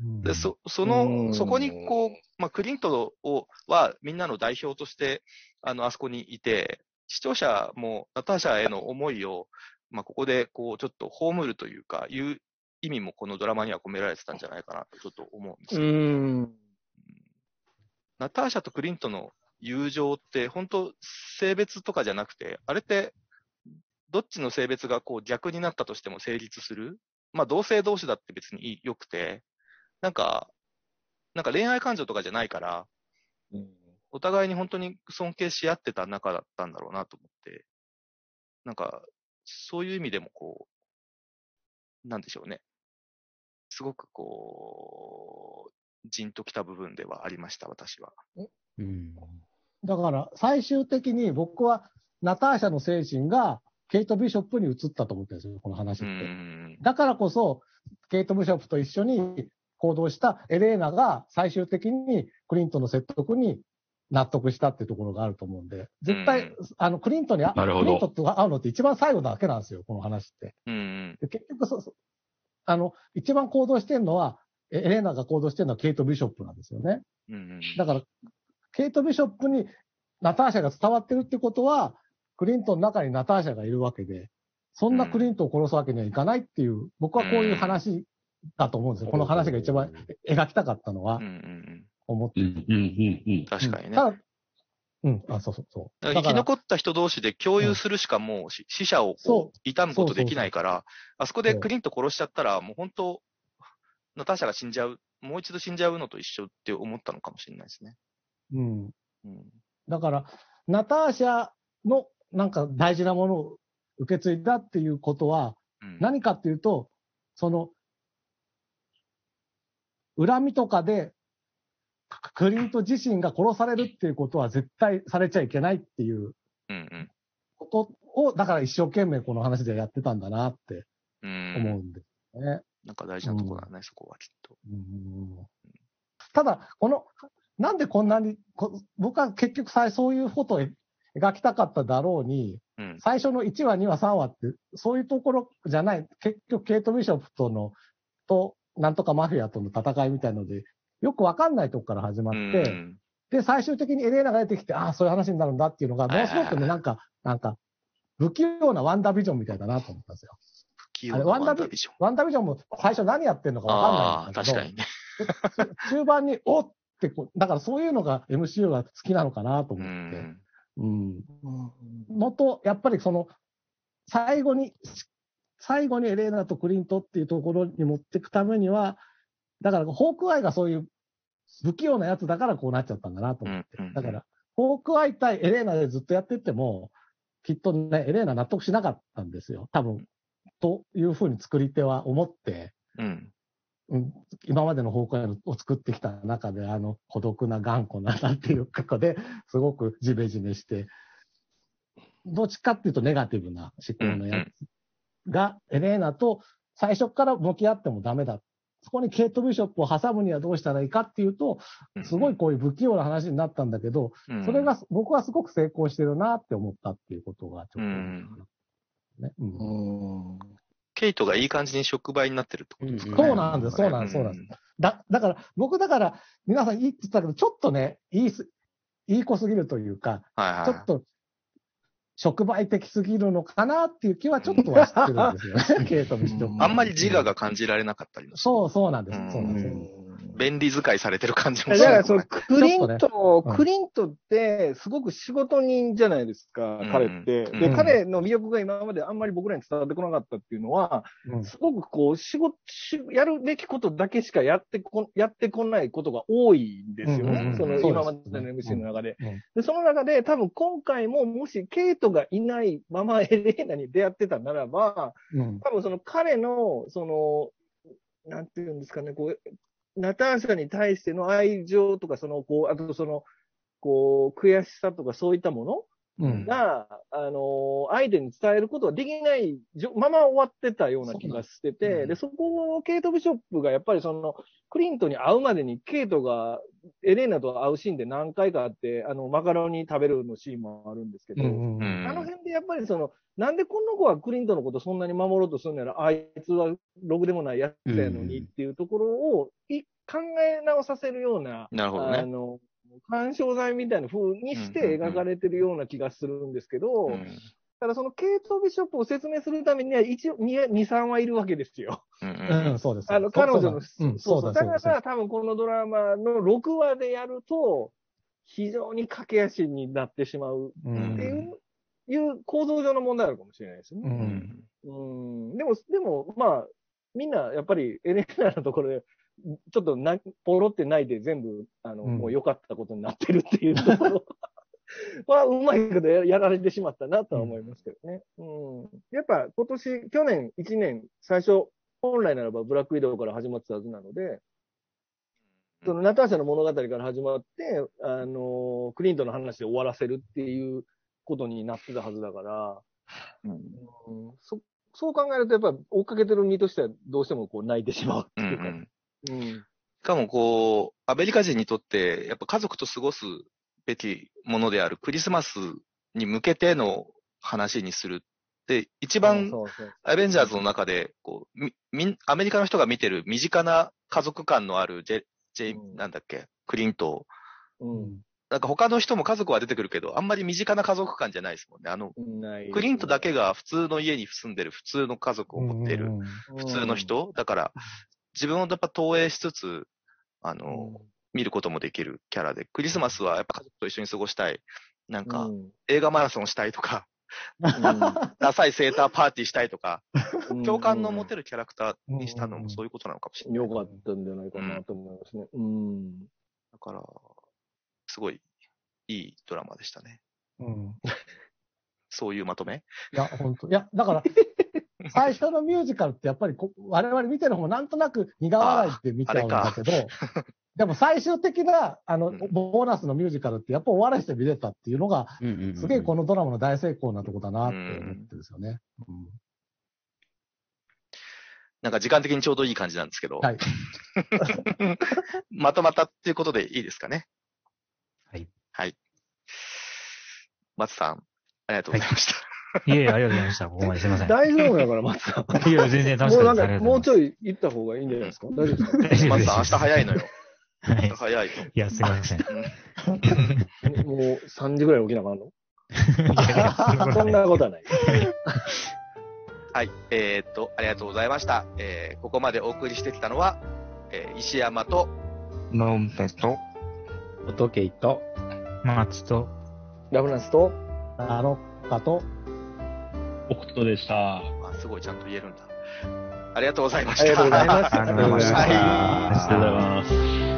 うん
で、そ、そうの、
ん
そこにこう、まあ、クリントを、は、みんなの代表として、あの、あそこにいて、視聴者も、ナターシャへの思いを、まあ、ここで、こう、ちょっと葬るというか、いう意味もこのドラマには込められてたんじゃないかなと、ちょっと思うんですよ
うん。
ナターシャとクリントの友情って、本当性別とかじゃなくて、あれって、どっちの性別がこう逆になったとしても成立するまあ同性同士だって別に良くて、なんか、なんか恋愛感情とかじゃないから、お互いに本当に尊敬し合ってた仲だったんだろうなと思って、なんか、そういう意味でもこう、なんでしょうね。すごくこう、じんときた部分ではありました、私は。
うん。
だから、最終的に僕は、ナターシャの精神が、ケイト・ビショップに移ったと思ってるんですよ、この話っ
う
て。
ん。
だからこそ、ケイト・ビショップと一緒に行動したエレーナが最終的にクリントンの説得に納得したっていうところがあると思うんで、絶対、
うん
あの、クリントンにあ、ク
なるほど
リントンと会うのって一番最後だけなんですよ、この話って。
うん。
で結局そうそう、あの、一番行動してるのは、エエレーナが行動してるのはケイト・ビショップなんですよね。
うん。
だから、ケイト・ビショップにナターシャが伝わってるってことは、クリントンの中にナターシャがいるわけで、そんなクリントンを殺すわけにはいかないっていう、僕はこういう話だと思うんですよ。この話が一番描きたかったのは
うんうんうん。
思って。
うん、うん、うん、
確かにね。
ただ、うん、あ、そうそうそう。
だから生
だか
き
ら、
残った人同士で共有するしかもうし死者をこう悼むことできないから、あそこでクリント殺しちゃったら、もう本当、ナターシャが死んじゃう、もう一度死んじゃうのと一緒って思ったのかもしれないですね。
うん。
うん。
だから、ナターシャのなんか大事なものを受け継いだっていうことは、
うん、
何かっていうと、その、恨みとかで、ククリント自身が殺されるっていうことは絶対されちゃいけないっていう
うん
ことを、だから一生懸命この話でやってたんだなって
うん。うん。
思うんですね。
なんか大事なところだね、そこはきっと。
うんただ、この、なんでこんなに、こ僕は結局さそういうことを描きたかっただろうに、
うん。
最初の1話、2話、3話って、そういうところじゃない、結局、ケイト・ビショップとの、となんとかマフィアとの戦いみたいので、よくわかんないとこから始まっ
う
て、
ん。
で、最終的にエレーナが出てきて、ああ、そういう話になるんだっていうのが、ものすごくね、なんか、なんか、不器用なワンダービジョンみたいだなと思ったんですよ。
不器
あ
用
れ
な
ワ
ワ
ン
ン
ダ
ダ
ー
ービジョン。
ワンダービジョンも最初何やってんのかわ
あ
か
あ
ん
ー、
ないんだけ
確
ど。
かにね。
中中盤に、おっってこう、だからそういうのが MCU が好きなのかなと
う
思って。
ん。
うんのと、やっぱりその、最後に、最後にエレーナとクリントっていうところに持っていくためには、だから、ホークアイがそういう不器用なやつだからこうなっちゃったんだなと
う
思っ
ん
て。だから、ホークアイ対エレーナでずっとやってっても、きっとね、エレーナ納得しなかったんですよ。多分、というふうに作り手は思って、
うん。
うん、今までの崩壊を作ってきた中で、あの孤独な頑固な、なんていうかで、すごくジメジメして、どっちかっていうとネガティブな思考のやつが、エレーナと最初から向き合ってもダメだ。そこにケイト・ビショップを挟むにはどうしたらいいかっていうと、
うん
すごい、こういう不器用な話になったんだけど、
うん
それが、僕はすごく成功してるなって思ったっていうことがちょっと思ったかな、ねうん
うん。
ケイトがいい感じに触媒になってるってことですかね。
そうなんです、そうなんです、そうなんです。だ、だから、僕だから、皆さんいいって言ったけど、ちょっとね、いいす、いい子すぎるというか、
はいはい。
ちょっと、触媒的すぎるのかなっていう気はちょっとはしてるんですよね、ケイトにしても
あんまり自我が感じられなかったりも
そう、そうなんです
うん。
そうなんです。
便利使いされてる感じも
だ
す
から、
る
その、クリン
ち
ト、
ねうん
クリントって、すごく仕事人じゃないですか、
うん
彼って。
うん
で、彼の魅力が今まであんまり僕らに伝わってこなかったっていうのは、
うん
すごくこう、仕事、しやるべきことだけしかやってこ、やってこないことが多いんですよ
うん
うんう
ね
ん。
その、
そうですね
今までの MC の中で
うんうん。
で、その中で、多分今回も、もし、ケイトがいないままエレーナに出会ってたならば、
うん。
多分その彼の、その、なんていうんですかね、こう、ナターシャに対しての愛情とか、その、こう、あとその、こう、悔しさとかそういったも
う
の
ん。
が、あの、相手に伝えることができないじょまま終わってたような気がして
そうなん
て、
だ
で、そこをケイト・ビショップがやっぱりその、クリントンに会うまでにケイトがエレーナと会うシーンで何回かあって、あの、マカロニ食べるのシーンもあるんですけど、
うん。うん。
あの辺でやっぱりその、なんでこの子はクリントンのことそんなに守ろうとするんやら、あいつはろくでもないやつやのにっていうところをい考え直させるような、
なるほど
あ
ね。
の、干渉剤みたいな風にして描かれてるような気がするんですけど、
うん
ただそのケイト・ビショップを説明するためには一応2、2 3はいるわけですよ。
うん
う
うん
んそうです。
あの、彼女の、
そううん、そうだ、
だ
そう
か
だ。そうだ
ら多分このドラマの6話でやると、非常に駆け足になってしまう
う
ってい
ん。
う、いう構造上の問題あるかもしれないですよ
う。
ね。
うんん
うん。でも、でも、まあ、みんな、やっぱり、エレナのところで、ちょっとな、ポロってないで全部、あの、
うん
もう良かったことになってるっていうとこ ろは、うまいことややられてしまったなとは思いますけどね。うん。やっぱ、今年、去年1年、最初、本来ならばブラックウィドウから始まってたはずなので、そのナターシャの物語から始まって、あの、クリントンの話で終わらせるっていうことになってたはずだから、うんそそう考えると、やっぱ追っかけてる身としては、どうしてもこう泣いてしまうって
うんう
いうか。
ん
うん
しかもこう、アメリカ人にとって、やっぱ家族と過ごすべきものであるクリスマスに向けての話にするって、一番
そうそう
アベンジャーズの中で、こう、み、みん、アメリカの人が見てる身近な家族感のあるジェ、ジェイ、
うん
なんだっけ、クリントン。
うん
なんか他の人も家族は出てくるけど、あんまり身近な家族感じゃないですもんね。あの、
ない
クリントンだけが普通の家に住んでる普通の家族を持っている
普
普通の人。だから、自分をやっぱ投影しつつ、あの、見ることもできるキャラで、クリスマスはやっぱ家族と一緒に過ごしたい。なんか、映画マラソンしたいとか、 ダサいセーターパーティーしたいとか、共感の持て
る。
るキャラクターにしたのもそういうことなのかもしれない。
よかったんじゃないかなと思いますね。うん。
だから、すごいいいドラマでしたね。
うん。
そういうまとめ
いや、本当いや、だ から、最初のミュージカルってやっぱりこ我々見てる方もなんとなく苦笑いって見ちゃうんだけど、でも最終的な、あの、
うん
ボーナスのミュージカルってやっぱお笑いして見れたっていうのが、すげえこのドラマの大成功なとこだなって思ってるんですよね。うん
なんか時間的にちょうどいい感じなんですけど、
はい。
まとまったっていうことでいいですかね。
はい。
はい。松さん、ありがとうございました。
いえいえ、ありがとうございました。ここまですいません。
大丈夫だから、松さん。
いや、全然楽し
もう
か
な
ったです。ありが
んか、
と
も
ご
うち
ざい
ょい行った方がいいんじゃない ですか大丈夫です
ま
か
す大丈夫
ま
で
ず
す。
明日早いのよ。
はい
明日早いと。
いや、すいません。い
もう3時ぐらいに起きなあかんの
やいや
そんなことはない。
はい、えーっと、ありがとうございました。えーここまでお送りしてきたのは、えー石山と、
ロンペと、
おとけいと、
まあ、ちょっと、
ラフナスと、
ラロッカと、
北斗でした。
あ、すごいちゃんと言えるんだ。ありがとうございました。
ありがとうございまし
あり
た。
がとうございました
はい
ありがとうございます。